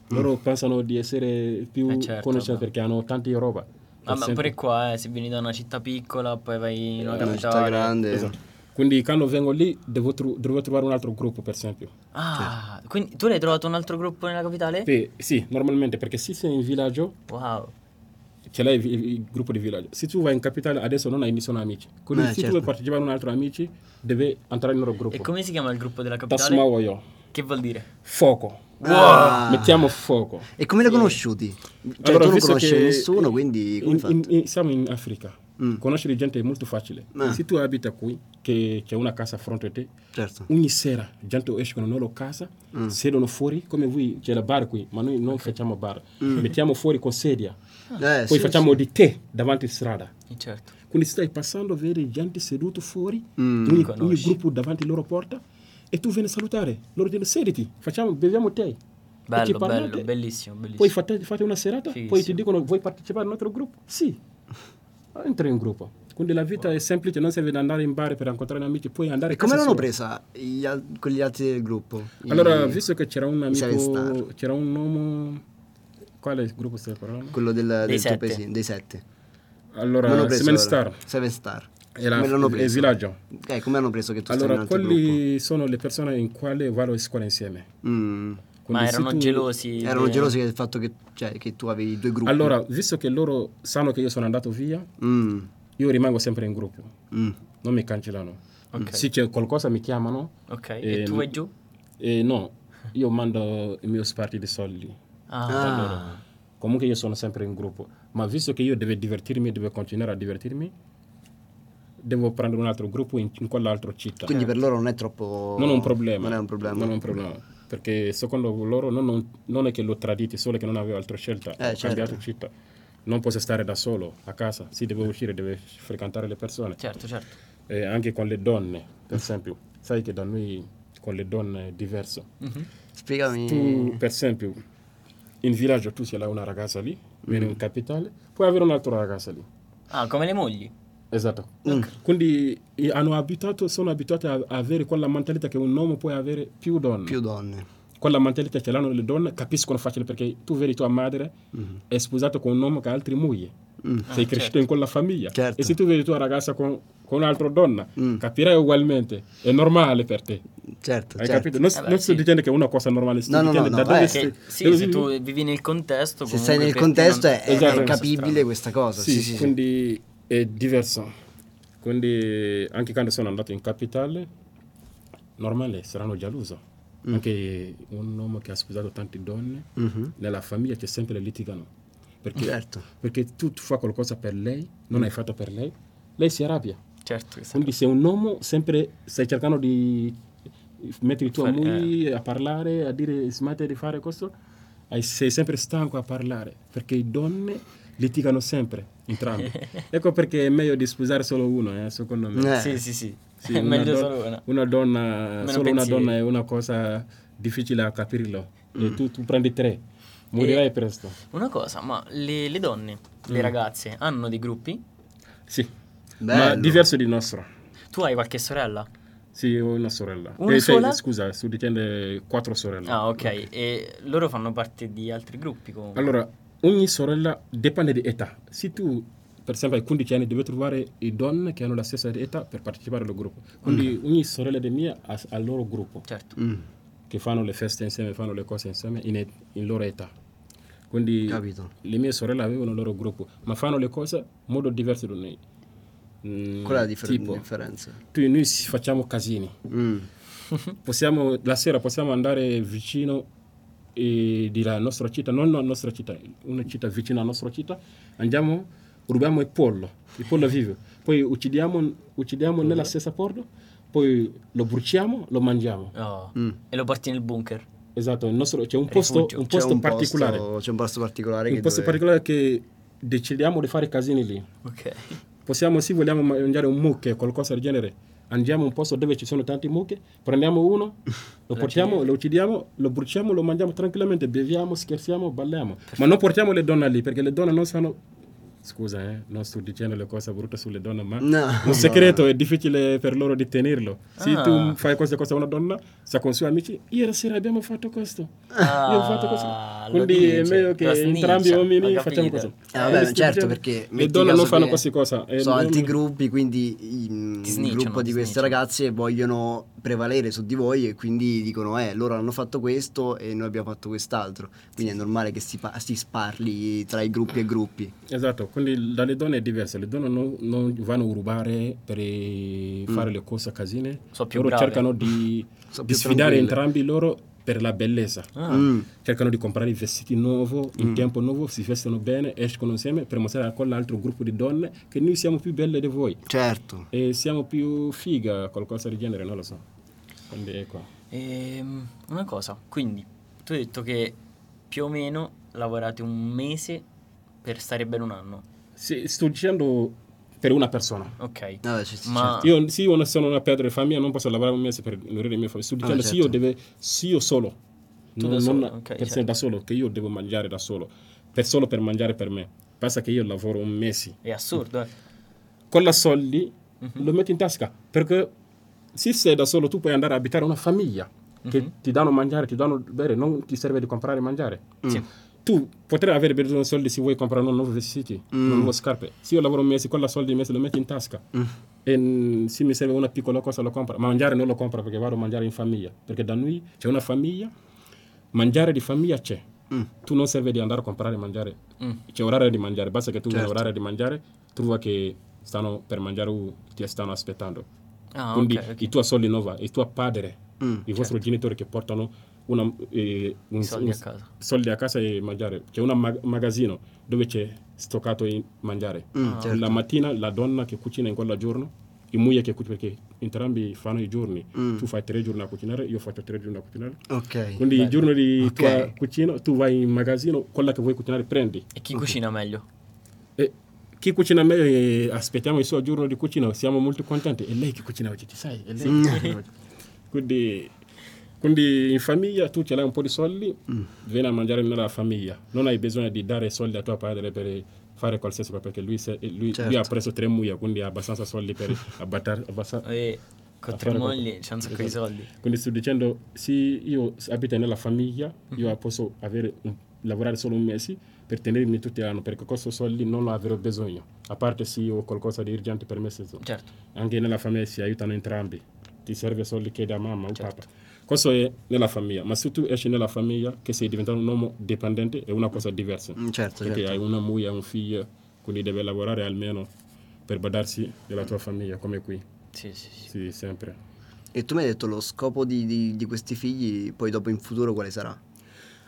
Speaker 3: Loro pensano di essere più
Speaker 2: Mm. Eh, certo,
Speaker 3: conoscenti
Speaker 2: beh.
Speaker 3: perché hanno tante roba.
Speaker 2: Ah, ma
Speaker 3: Sempre-
Speaker 2: pure qua, eh, se vieni da una città piccola, poi vai in una
Speaker 1: Una
Speaker 2: capitale.
Speaker 1: città grande.
Speaker 3: Esatto. Quindi quando vengo lì devo, tro- devo trovare un altro gruppo, per esempio.
Speaker 2: Ah,
Speaker 1: certo.
Speaker 2: quindi tu l'hai trovato un altro gruppo nella capitale?
Speaker 3: Sì, sì, normalmente, perché se sei in villaggio,
Speaker 2: Wow.
Speaker 3: ce l'hai il, il gruppo di villaggio. Se tu vai in capitale, adesso non hai nessuno amici. Quindi
Speaker 1: Eh,
Speaker 3: se tu
Speaker 1: certo.
Speaker 3: vuoi partecipare a un altro amici, devi entrare nel loro
Speaker 2: E
Speaker 3: gruppo.
Speaker 2: come si chiama il gruppo della capitale?
Speaker 3: Tasmawayo.
Speaker 2: Che vuol dire?
Speaker 3: Fuoco.
Speaker 1: Ah.
Speaker 3: Mettiamo fuoco.
Speaker 1: E come li hai conosciuti? Cioè, tu non
Speaker 3: visto
Speaker 1: conoscevi
Speaker 3: che
Speaker 1: nessuno, quindi come
Speaker 3: in-
Speaker 1: hai fatto?
Speaker 3: in- in- siamo in Africa.
Speaker 1: Mm.
Speaker 3: Conoscere gente è molto facile.
Speaker 1: Ah.
Speaker 3: Se tu abita qui, che c'è una casa a fronte a te,
Speaker 1: Certo. Mm.
Speaker 3: ogni sera gente escono nella loro casa, sedono fuori, come voi c'è la bar qui, ma noi non facciamo bar. Mettiamo fuori con sedia,
Speaker 1: Mm. Eh,
Speaker 3: poi
Speaker 1: sì,
Speaker 3: facciamo di tè davanti alla strada.
Speaker 2: Eh, certo.
Speaker 3: Quindi stai passando, vedi gente seduta fuori,
Speaker 1: Mm.
Speaker 3: ogni,
Speaker 2: Conosci.
Speaker 3: ogni gruppo davanti alla loro porta, e tu vieni a salutare. Loro dicono sediti, facciamo, beviamo tè. E ci
Speaker 2: Bello,
Speaker 3: parlate.
Speaker 2: bello, bellissimo, bellissimo.
Speaker 3: Poi fate, fate una serata, poi ti
Speaker 2: Fighissimo.
Speaker 3: dicono vuoi partecipare al nostro gruppo? Sì, entri in gruppo. Quindi la vita è semplice, non serve andare in bar per incontrare amici, puoi andare
Speaker 1: E
Speaker 3: a casa
Speaker 1: come l'hanno
Speaker 3: sola.
Speaker 1: presa gli al- quegli altri del gruppo? I-
Speaker 3: Allora, visto che c'era un
Speaker 1: Seven Star.
Speaker 3: amico, c'era un uomo... Quale gruppo stai parlando?
Speaker 1: Quello del, del tuo
Speaker 2: sette.
Speaker 1: paesino, dei sette. Come l'hanno
Speaker 3: Allora,
Speaker 1: preso
Speaker 3: Seven
Speaker 1: allora?
Speaker 3: Star,
Speaker 1: Seven Star.
Speaker 3: era
Speaker 1: Come l'hanno
Speaker 3: il
Speaker 1: preso?
Speaker 3: villaggio.
Speaker 1: Eh, come hanno preso che tu stai in un
Speaker 3: Allora,
Speaker 1: altro
Speaker 3: quelli sono le persone in quale vado a scuola insieme.
Speaker 1: gruppo? Mm.
Speaker 3: Quindi
Speaker 2: Ma
Speaker 3: se
Speaker 2: erano
Speaker 3: tu-
Speaker 2: gelosi.
Speaker 1: Erano
Speaker 2: di-
Speaker 1: gelosi del fatto che, cioè, che tu avevi due gruppi.
Speaker 3: Allora, visto che loro sanno che io sono andato via,
Speaker 1: Mm,
Speaker 3: io rimango sempre in gruppo,
Speaker 1: mm.
Speaker 3: non mi cancellano.
Speaker 2: Ok.
Speaker 3: Se c'è qualcosa mi chiamano,
Speaker 2: Ok,
Speaker 3: Eh,
Speaker 2: e tu vai giù?
Speaker 3: Eh, no, io mando il mio sparti di soldi.
Speaker 2: Ah,
Speaker 1: Ah,
Speaker 3: Comunque io sono sempre in gruppo, ma visto che io devo divertirmi, devo continuare a divertirmi, devo prendere un altro gruppo in, in quell'altra città.
Speaker 1: quindi per loro non è troppo...
Speaker 3: non è un problema.
Speaker 1: Non è un problema.
Speaker 3: Non è un problema, Perché secondo loro non, non- non è che l'ho traditi, solo che non avevo altra scelta. Ho
Speaker 1: certo.
Speaker 3: cambiato città. Non posso stare da solo a casa, si deve uscire, deve frequentare le persone.
Speaker 2: certo, certo.
Speaker 3: Eh, anche con le donne, per esempio. Sai che da noi con le donne è diverso.
Speaker 1: Spiegami...
Speaker 3: Tu, per esempio, in villaggio tu ce l'hai una ragazza lì, vieni in
Speaker 1: Mm.
Speaker 3: capitale, puoi avere un'altra ragazza lì.
Speaker 2: Ah, come le mogli?
Speaker 3: Esatto.
Speaker 1: Mm,
Speaker 3: Quindi eh, hanno abitato, sono abituati a avere quella mentalità che un uomo può avere più donne.
Speaker 1: Più donne.
Speaker 3: Quella mentalità ce l'hanno le donne, capiscono facile perché tu vedi tua madre
Speaker 1: Mhm.
Speaker 3: è sposata con un uomo che ha altre mogli.
Speaker 2: Ah,
Speaker 3: Sei
Speaker 2: certo.
Speaker 3: cresciuto in quella famiglia.
Speaker 1: Mm. Certo.
Speaker 3: E se tu vedi tua ragazza con, con un'altra donna,
Speaker 1: Mm.
Speaker 3: capirai ugualmente. È normale per te.
Speaker 1: Certo,
Speaker 3: Hai
Speaker 1: certo.
Speaker 3: capito? Non,
Speaker 2: Eh beh,
Speaker 3: non sto
Speaker 2: sì.
Speaker 3: dicendo che è una cosa normale. Sto
Speaker 1: No, no,
Speaker 3: dicendo
Speaker 1: no,
Speaker 3: da
Speaker 1: no,
Speaker 3: dove
Speaker 1: eh.
Speaker 3: sei-
Speaker 2: Che, sì,
Speaker 3: dove
Speaker 2: se
Speaker 3: sei-
Speaker 2: tu vivi nel contesto.
Speaker 1: Se
Speaker 2: comunque
Speaker 1: sei nel
Speaker 2: per te
Speaker 1: contesto
Speaker 2: non-
Speaker 1: è,
Speaker 3: Esatto,
Speaker 1: è
Speaker 3: non so
Speaker 1: capibile questa cosa. Sì, sì, sì.
Speaker 3: quindi è diverso. Quindi anche quando sono andato in capitale, normale, saranno geloso.
Speaker 1: Mm.
Speaker 3: Anche un uomo che ha sposato tante donne,
Speaker 1: Mhm.
Speaker 3: nella famiglia c'è sempre le litigano. Perché,
Speaker 1: Certo.
Speaker 3: perché tu, tu fai qualcosa per lei, non hai fatto per lei, lei si arrabbia.
Speaker 2: Certo, che sì.
Speaker 3: Esatto. Quindi sei un uomo, sempre stai cercando di mettere tua
Speaker 2: Fare- eh.
Speaker 3: moglie a parlare, a dire smetti di fare questo, e sei sempre stanco a parlare, perché le donne litigano sempre, entrambe. ecco perché è meglio di sposare solo uno, eh, secondo me.
Speaker 1: Eh.
Speaker 2: Sì, sì, sì.
Speaker 3: Sì,
Speaker 2: è meglio
Speaker 3: don-
Speaker 2: solo una.
Speaker 3: una donna,
Speaker 2: Meno
Speaker 3: solo una
Speaker 2: pensieri.
Speaker 3: donna è una cosa difficile a capirlo. E
Speaker 1: Mm.
Speaker 3: tu, tu prendi tre, morirai presto.
Speaker 2: Una cosa, ma le, le donne,
Speaker 1: Mm.
Speaker 2: le ragazze, hanno dei gruppi?
Speaker 3: Sì, ma
Speaker 1: Bello.
Speaker 3: diverso di nostro.
Speaker 2: Tu hai qualche sorella?
Speaker 3: Sì, ho una sorella.
Speaker 2: Una
Speaker 3: Eh, cioè,
Speaker 2: sola?
Speaker 3: scusa, sto dicendo quattro sorelle.
Speaker 2: Ah, ok. E loro fanno parte di altri gruppi comunque.
Speaker 3: Allora, ogni sorella dipende di età. Se tu, per esempio, hai 15 anni, devi trovare le donne che hanno la stessa età per partecipare al gruppo. Quindi ogni sorella di mia ha ha il loro gruppo,
Speaker 2: Certo.
Speaker 1: Mm,
Speaker 3: che fanno le feste insieme, fanno le cose insieme in, et- in loro età. Quindi
Speaker 1: Capito.
Speaker 3: le mie sorelle avevano il loro gruppo, ma fanno le cose in modo diverso da noi. Mm,
Speaker 1: Qual è la differ-
Speaker 3: Tipo,
Speaker 1: differenza?
Speaker 3: tu- noi si- facciamo casini.
Speaker 1: Mm,
Speaker 3: Possiamo, la sera possiamo andare vicino eh, della nostra città, non la nostra città, una città vicina alla nostra città, andiamo, rubiamo il pollo, il pollo vivo, poi uccidiamo, uccidiamo nella stessa porta, poi lo bruciamo, lo mangiamo.
Speaker 2: Oh.
Speaker 1: mm.
Speaker 2: E lo porti nel bunker.
Speaker 3: Esatto, il nostro- c'è un posto,
Speaker 2: Rifugio.
Speaker 3: un
Speaker 1: C'è
Speaker 3: posto
Speaker 1: un
Speaker 3: particolare,
Speaker 1: posto- c'è un posto particolare
Speaker 3: un
Speaker 1: che
Speaker 3: posto
Speaker 1: dove-
Speaker 3: particolare che decidiamo di fare casini lì.
Speaker 2: Ok.
Speaker 3: Possiamo, se vogliamo mangiare un mucche o qualcosa del genere, andiamo in un posto dove ci sono tanti mucche, prendiamo uno, lo portiamo, lo uccidiamo, lo bruciamo, lo mangiamo tranquillamente, beviamo, scherziamo, balliamo. Ma non portiamo le donne lì, perché le donne non sanno... Scusa, eh, non sto dicendo le cose brutte sulle donne, ma
Speaker 1: No.
Speaker 3: un segreto è difficile per loro di tenerlo. Se
Speaker 2: Ah.
Speaker 3: tu fai queste cose a una donna, sa con i suoi amici, ieri sera abbiamo fatto questo. Io ho fatto questo.
Speaker 2: lo
Speaker 3: Quindi è
Speaker 2: dice,
Speaker 3: meglio che
Speaker 2: lo snicia,
Speaker 3: entrambi gli
Speaker 2: ho
Speaker 3: uomini
Speaker 2: capito.
Speaker 3: facciamo così.
Speaker 1: Eh, vabbè,
Speaker 3: cioè, Eh, sti
Speaker 1: certo,
Speaker 3: dicendo-
Speaker 1: perché
Speaker 3: le
Speaker 1: metti
Speaker 3: donne
Speaker 1: caso
Speaker 3: non fanno
Speaker 1: che
Speaker 3: queste cose. eh,
Speaker 1: sono
Speaker 3: gli
Speaker 1: altri
Speaker 3: uomini-
Speaker 1: gruppi, quindi in-
Speaker 2: Ti
Speaker 1: il
Speaker 2: snitchano,
Speaker 1: gruppo di
Speaker 2: ti
Speaker 1: queste
Speaker 2: snitchano.
Speaker 1: ragazze vogliono prevalere su di voi e quindi dicono eh, loro hanno fatto questo e noi abbiamo fatto quest'altro. Quindi è normale che si, pa- si sparli tra i gruppi e gruppi.
Speaker 3: Esatto, quindi dalle donne è diverso, le donne non, non vanno a rubare per eh, fare le cose a casine,
Speaker 2: Sono più
Speaker 3: loro
Speaker 2: brave.
Speaker 3: cercano di,
Speaker 1: Mm. Sono
Speaker 3: di
Speaker 1: più
Speaker 3: sfidare
Speaker 1: tranquille.
Speaker 3: entrambi loro per la bellezza,
Speaker 2: Ah,
Speaker 1: Mm.
Speaker 3: cercano di comprare i vestiti nuovi, in tempo nuovo, si vestono bene, escono insieme per mostrare a quell'altro gruppo di donne che noi siamo più belle di voi
Speaker 1: Certo.
Speaker 3: e siamo più figa, qualcosa del genere, non lo so. Quindi ecco.
Speaker 2: ehm, una cosa, quindi tu hai detto che più o meno lavorate un mese per stare bene un anno,
Speaker 3: Sì, sto dicendo per una persona.
Speaker 2: ok?
Speaker 1: Vabbè, ci- ci-
Speaker 2: Ma
Speaker 3: Io, se io sono una padre di famiglia, non posso lavorare un mese per nourire la mia famiglia. Sto dicendo, se io
Speaker 1: certo.
Speaker 3: deve, se io solo,
Speaker 2: Ah, Tu
Speaker 3: non,
Speaker 2: da
Speaker 3: non
Speaker 2: solo, ok,
Speaker 3: persone
Speaker 2: certo.
Speaker 3: da solo, che io devo mangiare da solo, per solo per mangiare per me. Basta che io lavoro un mese.
Speaker 2: è assurdo, eh?
Speaker 3: Con la soldi
Speaker 2: Mhm.
Speaker 3: lo metto in tasca, perché se sei da solo tu puoi andare a abitare una famiglia che
Speaker 2: Mhm.
Speaker 3: ti danno mangiare, ti danno bere, non ti serve di comprare e mangiare.
Speaker 2: Sì.
Speaker 3: Tu potrai avere bisogno di soldi se vuoi comprare un nuovo vestiti,
Speaker 1: Mm.
Speaker 3: nuove scarpe. Se io lavoro un mese, con la soldi un mese lo metto in tasca. E mm, se mi serve una piccola cosa lo compro. Ma mangiare non lo compro perché vado a mangiare in famiglia. Perché da noi c'è una famiglia, mangiare di famiglia c'è.
Speaker 1: Mm.
Speaker 3: Tu non serve di andare a comprare e mangiare.
Speaker 2: Mm.
Speaker 3: C'è orario di mangiare, basta che tu
Speaker 1: Certo.
Speaker 3: hai orario di mangiare, trova che stanno per mangiare o ti stanno aspettando.
Speaker 2: Ah,
Speaker 3: Quindi
Speaker 2: ok, ok.
Speaker 3: i tuoi soldi non va, i tuoi padri,
Speaker 1: Mm,
Speaker 3: i vostri genitori che portano una, eh, un-
Speaker 2: soldi
Speaker 3: un-
Speaker 2: a casa.
Speaker 3: soldi a casa e mangiare. C'è un mag- magazzino dove c'è stoccato in mangiare.
Speaker 1: Mm,
Speaker 2: Ah.
Speaker 1: certo.
Speaker 3: La mattina la donna che cucina in quel giorno, e moglie che cucina, perché entrambi fanno i giorni.
Speaker 1: Mm.
Speaker 3: Tu fai tre giorni a cucinare, io faccio tre giorni a cucinare.
Speaker 1: Ok.
Speaker 3: Quindi il giorno di
Speaker 1: Ok.
Speaker 3: tua cucina, tu vai in magazzino, quella che vuoi cucinare prendi.
Speaker 2: E chi cucina meglio?
Speaker 3: E chi cucina meglio eh, aspettiamo il suo giorno di cucina, siamo molto contenti. E lei che cucina oggi, ti sai? È lei che cucina oggi. Quindi, quindi in famiglia tu ce l'hai un po' di soldi, vieni a mangiare nella famiglia. Non hai bisogno di dare soldi a tuo padre per fare qualsiasi cosa, perché lui, se- lui- lui
Speaker 1: Certo.
Speaker 3: ha preso tre muie, quindi ha abbastanza soldi per abbattere. abbassa-
Speaker 2: E con
Speaker 3: a
Speaker 2: tre
Speaker 3: fare
Speaker 2: mogli
Speaker 3: qualcosa.
Speaker 2: c'è un sacco di
Speaker 3: Esatto.
Speaker 2: soldi.
Speaker 3: Quindi sto dicendo, se io abito nella famiglia, io
Speaker 1: Mhm.
Speaker 3: posso avere un- lavorare solo un mese per tenermi tutti l'anno, perché questi soldi non lo avrò bisogno, a parte se io ho qualcosa di urgente per me stesso.
Speaker 1: Cioè.
Speaker 2: Certo.
Speaker 3: Anche nella famiglia si aiutano entrambi, ti serve soldi che da mamma o
Speaker 1: Certo.
Speaker 3: papà. Questo è nella famiglia, ma se tu esci nella famiglia che sei diventato un uomo dipendente è una cosa diversa,
Speaker 1: Mm, certo,
Speaker 3: perché
Speaker 1: certo.
Speaker 3: hai una moglie, un figlio, quindi devi lavorare almeno per badarsi della tua famiglia, come qui,
Speaker 2: Sì, sì, sì.
Speaker 3: sì, sempre.
Speaker 1: E tu mi hai detto lo scopo di, di- di questi figli, poi dopo in futuro quale sarà?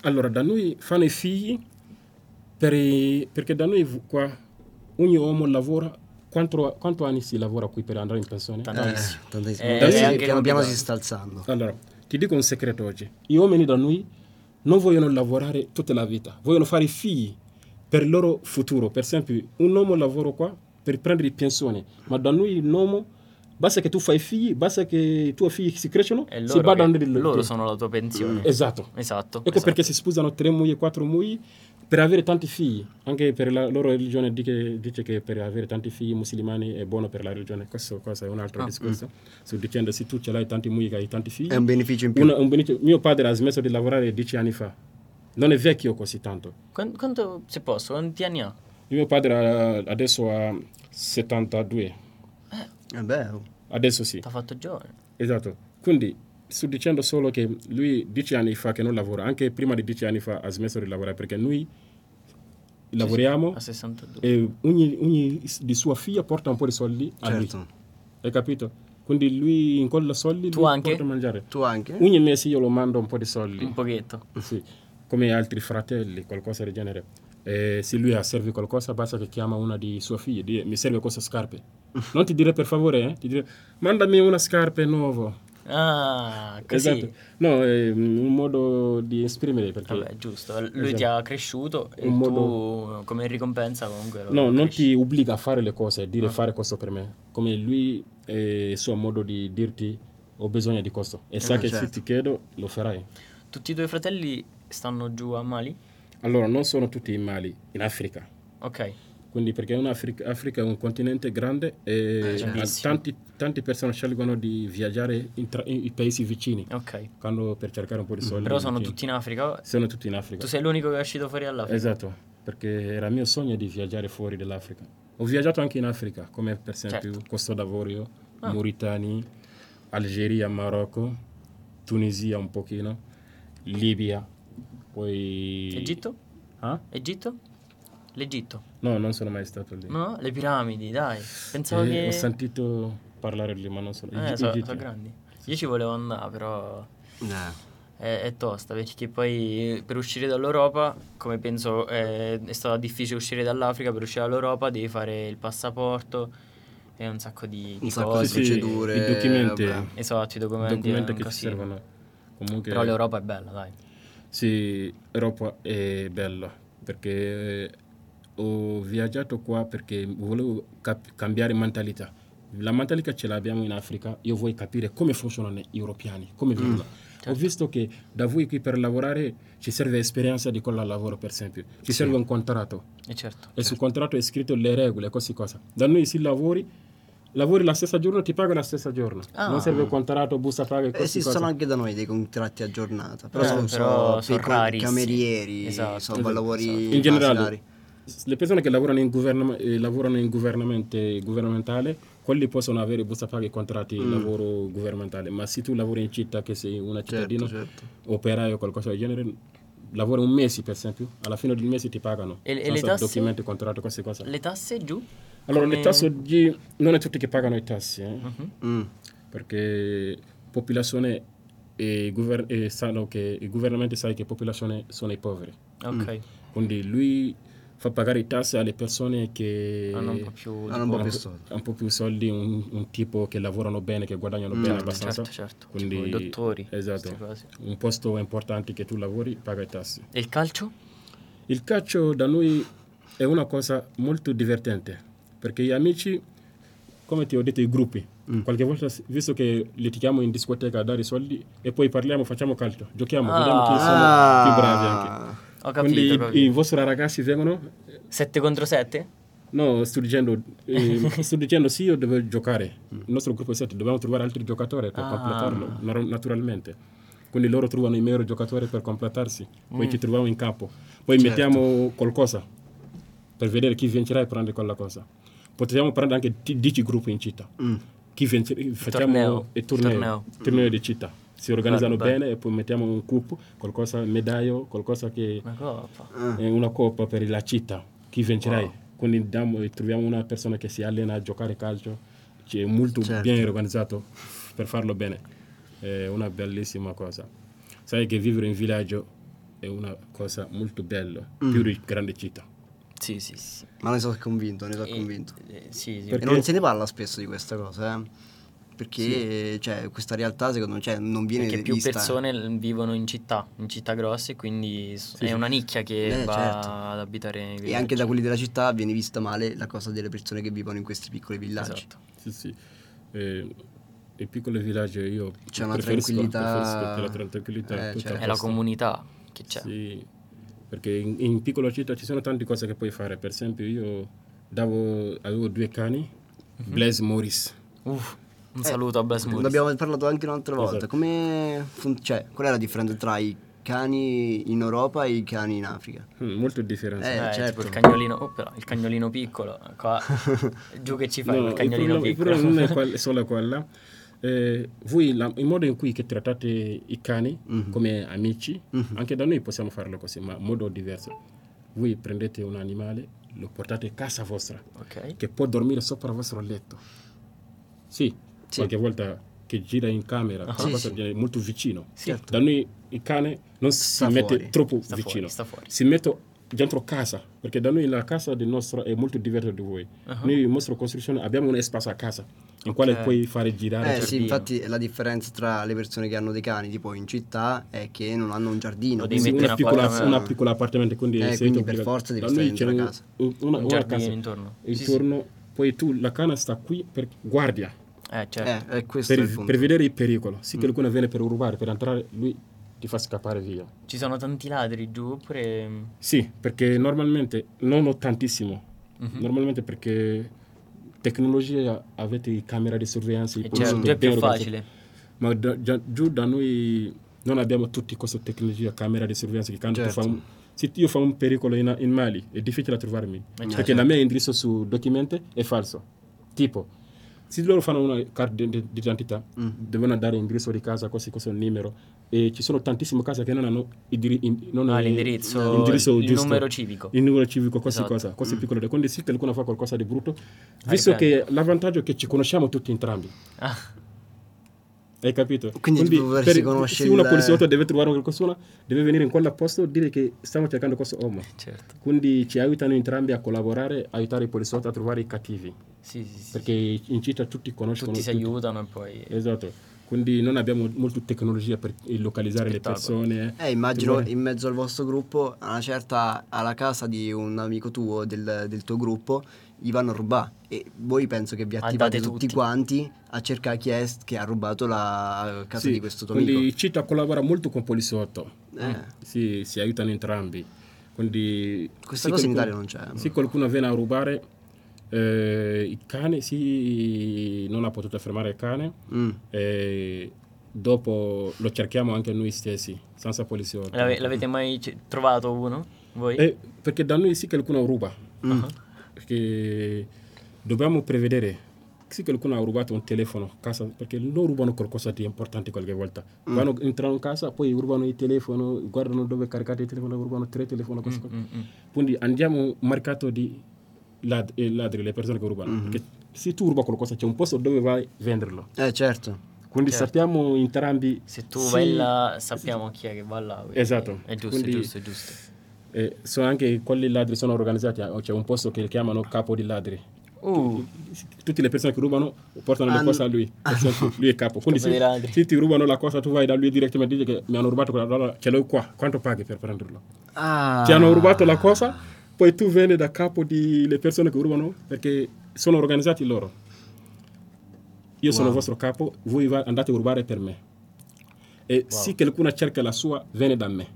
Speaker 3: Allora, da noi fanno i figli per i- perché da noi v- qua ogni uomo lavora. Quanto, quanto anni si lavora qui per andare in pensione?
Speaker 2: Tanto.
Speaker 1: Eh,
Speaker 2: Tantissimo.
Speaker 1: tantissimo.
Speaker 2: Eh,
Speaker 1: Eh,
Speaker 3: sì,
Speaker 1: piano
Speaker 3: anche
Speaker 1: piano
Speaker 2: complicato.
Speaker 1: si sta alzando.
Speaker 3: Allora, ti dico un segreto oggi. Gli uomini da noi non vogliono lavorare tutta la vita, vogliono fare i figli per il loro futuro. Per esempio, un uomo lavora qua per prendere i pensioni, ma da noi un uomo basta che tu fai figli, basta che i tuoi figli si crescano,
Speaker 2: E
Speaker 3: si
Speaker 2: loro,
Speaker 3: badano
Speaker 2: che-
Speaker 3: di
Speaker 2: loro
Speaker 3: di-
Speaker 2: sono la tua pensione.
Speaker 3: Esatto.
Speaker 2: Esatto.
Speaker 3: Ecco
Speaker 2: esatto.
Speaker 3: perché si sposano tre mogli e quattro mogli per avere tanti figli. Anche per la loro religione dice, dice che per avere tanti figli musulmani è buono per la religione. Questo, questo è un altro discorso. Sto dicendo se tu ce l'hai tanti mogli che hai tanti figli.
Speaker 1: È un beneficio in più.
Speaker 3: Uno- un beneficio- Mio padre ha smesso di lavorare dieci anni fa. Non è vecchio così tanto.
Speaker 2: Quan- Quanto, se posso, quanti anni ha?
Speaker 3: Mio padre ha- adesso ha 72.
Speaker 1: Eh beh, oh.
Speaker 3: Adesso sì.
Speaker 2: T'ha fatto giovane.
Speaker 3: Esatto, quindi sto dicendo solo che lui dieci anni fa che non lavora, anche prima di dieci anni fa ha smesso di lavorare perché noi lavoriamo
Speaker 2: A 62.
Speaker 3: e ogni, ogni s- di sua figlia porta un po' di soldi a lui,
Speaker 1: certo.
Speaker 3: hai capito? Quindi lui incolla soldi,
Speaker 2: Tu
Speaker 3: lui
Speaker 2: anche?
Speaker 3: porta a mangiare.
Speaker 1: Tu anche? Mm.
Speaker 3: Ogni mese io lo mando un po' di soldi,
Speaker 2: Un pochetto.
Speaker 3: sì, come altri fratelli, qualcosa del genere. E se lui ha serve qualcosa, basta che chiama una di sue figlie, dire mi serve queste scarpe. Non ti dire per favore, eh? ti dire mandami una scarpe nuova.
Speaker 2: Ah, così.
Speaker 3: Esatto. No, è un modo di esprimere perché
Speaker 2: Vabbè, giusto. Lui
Speaker 3: Esatto.
Speaker 2: ti ha cresciuto e
Speaker 3: Un
Speaker 2: tu,
Speaker 3: modo-
Speaker 2: come ricompensa, comunque. lo
Speaker 3: no, non
Speaker 2: cresci.
Speaker 3: ti obbliga a fare le cose, dire fare questo per me. Come lui è il suo modo di dirti ho bisogno di questo e sa
Speaker 1: Eh,
Speaker 3: che se
Speaker 1: certo.
Speaker 3: ti chiedo lo farai.
Speaker 2: Tutti i tuoi fratelli stanno giù a Mali?
Speaker 3: Allora, non sono tutti i mali in Africa.
Speaker 2: Ok.
Speaker 3: Quindi perché un'Africa- Africa è un continente grande
Speaker 2: Eh, certo.
Speaker 3: e
Speaker 2: grandissimo.
Speaker 3: tanti- tante persone scelgono di viaggiare in, tra- in- in paesi vicini
Speaker 2: Ok.
Speaker 3: quando- per cercare un po' di soldi.
Speaker 2: Però sono
Speaker 3: Sì.
Speaker 2: tutti in Africa.
Speaker 3: Sono tutti in Africa.
Speaker 2: Tu sei l'unico che è uscito fuori dall'Africa.
Speaker 3: Esatto, perché era il mio sogno di viaggiare fuori dall'Africa. Ho viaggiato anche in Africa, come per esempio Costa d'Avorio,
Speaker 2: Certo. Ah.
Speaker 3: Mauritania, Algeria, Marocco, Tunisia un pochino, Libia, poi...
Speaker 2: Egitto?
Speaker 3: Ah?
Speaker 2: Egitto? L'Egitto.
Speaker 3: No, non sono mai stato lì.
Speaker 2: No, le piramidi, dai. Pensavo
Speaker 3: Eh,
Speaker 2: che...
Speaker 3: Ho sentito parlare lì, ma non sono...
Speaker 2: Eh,
Speaker 3: Eg-
Speaker 2: so-
Speaker 3: Egitto.
Speaker 2: sono grandi. Io ci volevo andare, però
Speaker 1: Eh,
Speaker 2: è, è tosta, perché poi eh, per uscire dall'Europa, come penso eh, è stato difficile uscire dall'Africa, per uscire dall'Europa devi fare il passaporto e un sacco di, di
Speaker 1: un sacco
Speaker 2: cose.
Speaker 1: di
Speaker 3: Sì, sì,
Speaker 1: procedure.
Speaker 3: i documenti.
Speaker 1: vabbè.
Speaker 2: Esatto, i documenti. è
Speaker 3: Documenti
Speaker 2: un
Speaker 3: che ci
Speaker 2: casino.
Speaker 3: servono. Comunque...
Speaker 2: Però l'Europa è bella, dai.
Speaker 3: Sì, Europa è bella perché ho viaggiato qua perché volevo cap- cambiare mentalità. La mentalità ce l'abbiamo in Africa, io voglio capire come funzionano gli europeani,
Speaker 2: Mm,
Speaker 3: come vivono. Ho
Speaker 2: certo.
Speaker 3: visto che da voi qui per lavorare ci serve esperienza di quella lavoro, per esempio, ci serve un contratto
Speaker 2: E certo.
Speaker 3: e sul contratto è scritto le regole, cose cosa. Da noi si lavori, lavori la stessa giorno, ti pagano la stessa giorno.
Speaker 2: Ah.
Speaker 3: Non serve contratto, busta paga e cose
Speaker 1: Esistono
Speaker 3: cosa.
Speaker 1: anche da noi dei contratti a giornata, però
Speaker 2: Eh,
Speaker 1: sono,
Speaker 2: però
Speaker 1: so,
Speaker 2: sono
Speaker 1: per
Speaker 2: rarissimi.
Speaker 1: camerieri,
Speaker 2: Esatto,
Speaker 1: so,
Speaker 2: esatto,
Speaker 1: lavori
Speaker 3: In generale,
Speaker 1: basilari.
Speaker 3: le persone che lavorano in, governo- eh, lavorano in governamente- governamentale, quelli possono avere busta paga e contratti
Speaker 1: Mm.
Speaker 3: di lavoro governamentale, ma se tu lavori in città, che sei una cittadina,
Speaker 1: Certo, certo.
Speaker 3: operaio o qualcosa del genere, lavori un mese per esempio, alla fine del mese ti pagano.
Speaker 2: E- e
Speaker 3: senza
Speaker 2: le tasse?
Speaker 3: Documenti, contratto, queste cose.
Speaker 2: Le tasse giù?
Speaker 3: allora, le
Speaker 2: Come-
Speaker 3: tasse oggi non è tutti che pagano le tasse, eh,
Speaker 2: Mhm.
Speaker 1: Mm.
Speaker 3: perché popolazione e, gover- e sanno che il governamento sa che popolazione sono i poveri.
Speaker 2: Ok.
Speaker 1: Mm.
Speaker 3: Quindi lui fa pagare tasse alle persone che
Speaker 2: Hanno un po' più... di
Speaker 1: Hanno un po'
Speaker 2: po-
Speaker 1: più soldi.
Speaker 3: un po' più soldi, un, un tipo che lavorano bene, che guadagnano bene abbastanza.
Speaker 2: Certo, certo.
Speaker 3: Quindi,
Speaker 2: Tipo i dottori.
Speaker 3: Esatto.
Speaker 2: queste cose.
Speaker 3: Un posto importante che tu lavori, paga i tassi.
Speaker 2: E il calcio?
Speaker 3: Il calcio da noi è una cosa molto divertente, perché gli amici, come ti ho detto, i gruppi,
Speaker 2: Mm.
Speaker 3: qualche volta, visto che litigiamo in discoteca a dare i soldi, e poi parliamo, facciamo calcio, giochiamo, vediamo chi sono più bravi anche.
Speaker 2: Ah. Ho capito,
Speaker 3: Quindi
Speaker 2: ho
Speaker 3: i-
Speaker 2: capito.
Speaker 3: i vostri ragazzi vengono
Speaker 2: 7 contro 7?
Speaker 3: No, sto dicendo, eh, sto dicendo sì, io devo giocare. Il nostro gruppo è 7, dobbiamo trovare altri giocatori per
Speaker 2: Ah.
Speaker 3: completarlo, nor- naturalmente. Quindi loro trovano i migliori giocatori per completarsi, poi
Speaker 2: Mm.
Speaker 3: ci troviamo in campo. Poi
Speaker 2: Certo.
Speaker 3: mettiamo qualcosa per vedere chi vincerà e prende quella cosa. Potremmo prendere anche 10 gruppi in città.
Speaker 1: Mm.
Speaker 3: Chi vincerà, facciamo
Speaker 2: Torneo.
Speaker 3: il torneo,
Speaker 2: Torneo.
Speaker 3: torneo di città. Si organizzano
Speaker 2: Bello,
Speaker 3: bene e poi mettiamo un cupo, qualcosa, medaglio, qualcosa che
Speaker 2: Ma coppa.
Speaker 1: Ah.
Speaker 3: è Eh, una coppa per la città, chi vincerai. Quindi diamo- troviamo una persona che si allena a giocare calcio, c'è molto
Speaker 1: Certo.
Speaker 3: ben organizzato per farlo bene. È una bellissima cosa. Sai che vivere in villaggio è una cosa molto bella,
Speaker 1: Mm.
Speaker 3: più di grande città.
Speaker 2: Sì, sì, sì.
Speaker 1: Ma ne sono convinto, ne sono
Speaker 2: E-
Speaker 1: convinto.
Speaker 2: eh, sì, sì.
Speaker 1: E non se ne parla spesso di questa cosa, eh. Perché cioè, questa realtà secondo me cioè, non viene
Speaker 2: Perché più
Speaker 1: vista.
Speaker 2: persone l- vivono in città, in città grosse, quindi s- è una nicchia che
Speaker 1: Eh,
Speaker 2: va
Speaker 1: certo.
Speaker 2: ad abitare nei
Speaker 1: E
Speaker 2: villaggi.
Speaker 1: anche da quelli della città viene vista male la cosa delle persone che vivono in questi piccoli villaggi.
Speaker 2: Esatto.
Speaker 3: Sì, sì. Eh, il piccolo villaggio io
Speaker 1: C'è una
Speaker 3: preferisco-
Speaker 1: tranquillità-
Speaker 3: preferisco la tranquillità
Speaker 1: Eh,
Speaker 3: tutta
Speaker 1: certo.
Speaker 2: È la
Speaker 3: questa.
Speaker 2: comunità che c'è.
Speaker 3: Sì, perché in, in piccola città ci sono tante cose che puoi fare. Per esempio, io davo- avevo due cani, Blaise Morris.
Speaker 2: Uff,
Speaker 1: Eh,
Speaker 2: un saluto a Blas
Speaker 1: Ne abbiamo parlato anche un'altra volta.
Speaker 3: Esatto.
Speaker 1: Come fun- cioè, qual è la differenza tra i cani in Europa e i cani in Africa?
Speaker 3: Mm, molto differenza.
Speaker 1: Eh, certo.
Speaker 2: tipo il cagnolino, oh, però, il cagnolino piccolo, qua, giù che ci fai
Speaker 3: No,
Speaker 2: il
Speaker 3: il
Speaker 2: cagnolino
Speaker 3: problema- il
Speaker 2: piccolo.
Speaker 3: problema non è quel- solo quella. Eh, voi, la- il modo in cui che trattate i cani come amici, anche da noi possiamo farlo così, ma in modo diverso. Voi prendete un animale, lo portate a casa vostra.
Speaker 2: ok.
Speaker 3: che può dormire sopra il vostro letto. Sì,
Speaker 1: Sì. Ah.
Speaker 3: qualche volta che gira in camera, qualcosa
Speaker 1: Sì, sì.
Speaker 3: viene molto vicino.
Speaker 2: Sì.
Speaker 1: Certo.
Speaker 3: Da noi il cane non si
Speaker 1: Sta
Speaker 3: mette
Speaker 1: fuori.
Speaker 3: troppo
Speaker 2: Sta
Speaker 3: vicino,
Speaker 2: fuori, sta fuori.
Speaker 3: si mette dentro casa, perché da noi la casa del nostro è molto diversa da voi.
Speaker 1: Ah.
Speaker 3: Noi, in nostra costruzione, abbiamo un spazio a casa in quale
Speaker 2: Ok.
Speaker 3: puoi fare girare.
Speaker 1: Eh
Speaker 3: per-
Speaker 1: sì, infatti la differenza tra le persone che hanno dei cani tipo in città è che non hanno un giardino.
Speaker 2: Lo devi
Speaker 3: Sì,
Speaker 1: quindi-
Speaker 2: mettere
Speaker 3: una,
Speaker 2: una
Speaker 3: piccola,
Speaker 2: porta-
Speaker 3: una piccola appartamento quindi,
Speaker 1: Eh,
Speaker 3: sei
Speaker 1: quindi
Speaker 3: obbligato-
Speaker 1: per forza devi
Speaker 3: Da
Speaker 1: stare
Speaker 3: noi
Speaker 1: dentro
Speaker 3: c'è
Speaker 1: la
Speaker 3: un-
Speaker 1: casa.
Speaker 3: un- una,
Speaker 2: Un
Speaker 3: una
Speaker 2: giardino
Speaker 3: casa.
Speaker 2: intorno. Sì, sì.
Speaker 3: Intorno, poi tu la cana sta qui per guardia
Speaker 2: Eh, certo.
Speaker 1: Eh, eh, questo è il
Speaker 3: per,
Speaker 1: punto.
Speaker 3: per vedere il Mm. pericolo. Sì, che qualcuno viene per rubare, per entrare, lui ti fa scappare via.
Speaker 2: Ci sono tanti ladri giù, mm, oppure...
Speaker 3: Sì, perché normalmente non ho tantissimo, normalmente perché tecnologia avete camera di sorveglianza
Speaker 2: E
Speaker 3: i
Speaker 2: certo,
Speaker 3: poliziotti
Speaker 2: già è più
Speaker 3: ben organizzati.
Speaker 2: facile.
Speaker 3: ma da- già- giù da noi non abbiamo tutti questa tecnologia camera di sorveglianza che quando tu
Speaker 1: Certo.
Speaker 3: fai un- se io faccio un pericolo in, in Mali è difficile trovarmi
Speaker 2: certo.
Speaker 3: perché la mia indirizzo su documenti è falso tipo se loro fanno una carta di- di- d'identità devono dare indirizzo di casa così questo è il numero e ci sono tantissime case che non hanno i diri- in- non
Speaker 2: Ah,
Speaker 3: hanno
Speaker 2: l'indirizzo,
Speaker 3: l'indirizzo
Speaker 2: il
Speaker 3: giusto.
Speaker 2: numero civico.
Speaker 3: il numero civico queste
Speaker 2: Esatto. Ah,
Speaker 3: cose cose piccole quindi se qualcuno fa qualcosa di brutto visto
Speaker 2: riprendi.
Speaker 3: che l'avvantaggio è che ci conosciamo tutti entrambi
Speaker 2: Ah,
Speaker 3: hai capito?
Speaker 1: Quindi tu vorresti conoscere
Speaker 3: Se una
Speaker 1: il-
Speaker 3: poliziotta deve trovare qualcosa, deve venire in quella posto e dire che stiamo cercando questo uomo.
Speaker 2: certo.
Speaker 3: Quindi ci aiutano entrambi a collaborare, aiutare i poliziotti a trovare i cattivi.
Speaker 2: Sì, sì, sì.
Speaker 3: Perché in città tutti conoscono.
Speaker 2: Tutti si aiutano e poi...
Speaker 3: Esatto. Quindi non abbiamo molto tecnologia per localizzare
Speaker 2: Spettacolo.
Speaker 3: le persone.
Speaker 1: Eh, immagino
Speaker 3: Trovare-
Speaker 1: in mezzo al vostro gruppo, a una certa, alla casa di un amico tuo, del, del tuo gruppo, gli vanno a rubare. E voi penso che vi
Speaker 2: Andate
Speaker 1: attivate tutti,
Speaker 2: tutti.
Speaker 1: quanti a cercare chi è che ha rubato la casa
Speaker 3: Sì,
Speaker 1: di questo tuo
Speaker 3: quindi
Speaker 1: amico.
Speaker 3: città collabora molto con poliziotto.
Speaker 1: Eh.
Speaker 3: Sì, si aiutano entrambi. Quindi
Speaker 1: Questa
Speaker 3: se
Speaker 1: cosa in
Speaker 3: qualcuno-
Speaker 1: Italia non c'è.
Speaker 3: Se qualcuno viene a rubare eh, il cane, sì, non ha potuto fermare il cane.
Speaker 1: Mm.
Speaker 3: E dopo lo cerchiamo anche noi stessi, senza poliziotti.
Speaker 2: L'ave- l'avete mai c- trovato uno? Voi?
Speaker 3: Eh, perché da noi sì qualcuno ruba,
Speaker 2: Ah,
Speaker 3: perché dobbiamo prevedere. Se qualcuno ha rubato un telefono a casa, perché loro rubano qualcosa di importante qualche volta. Vanno, entrano in casa, poi rubano il telefono, guardano dove caricate il telefono, rubano tre telefoni. cose così.
Speaker 2: mm, mm.
Speaker 3: Quindi andiamo marcato di lad- eh, ladri, le persone che rubano. Perché se tu ruba qualcosa c'è un posto dove vai a venderlo.
Speaker 1: Eh, certo.
Speaker 3: Quindi
Speaker 2: Certo.
Speaker 3: sappiamo entrambi...
Speaker 2: Se tu
Speaker 3: se-
Speaker 2: vai là, sappiamo chi è che va là. quindi
Speaker 3: Esatto.
Speaker 2: È giusto,
Speaker 3: Quindi-
Speaker 2: è giusto, è giusto.
Speaker 3: eh, so anche quelli ladri sono organizzati, eh, c'è un posto che chiamano capo di ladri.
Speaker 2: Uh,
Speaker 3: Tutte le persone che rubano portano
Speaker 1: Ah,
Speaker 3: le cose a lui, Per esempio, lui è capo. Quindi
Speaker 2: Capo dei
Speaker 3: se,
Speaker 2: ladri.
Speaker 3: se ti rubano la cosa tu vai da lui direttamente e dici che mi hanno rubato quella roba, ce l'ho qua, quanto paghi per prenderlo?
Speaker 1: Ah.
Speaker 3: Ti hanno rubato la cosa, poi tu vieni da capo delle persone che rubano perché sono organizzati loro. Io sono il vostro capo, voi va- andate a rubare per me. E se qualcuno cerca la sua, viene da me.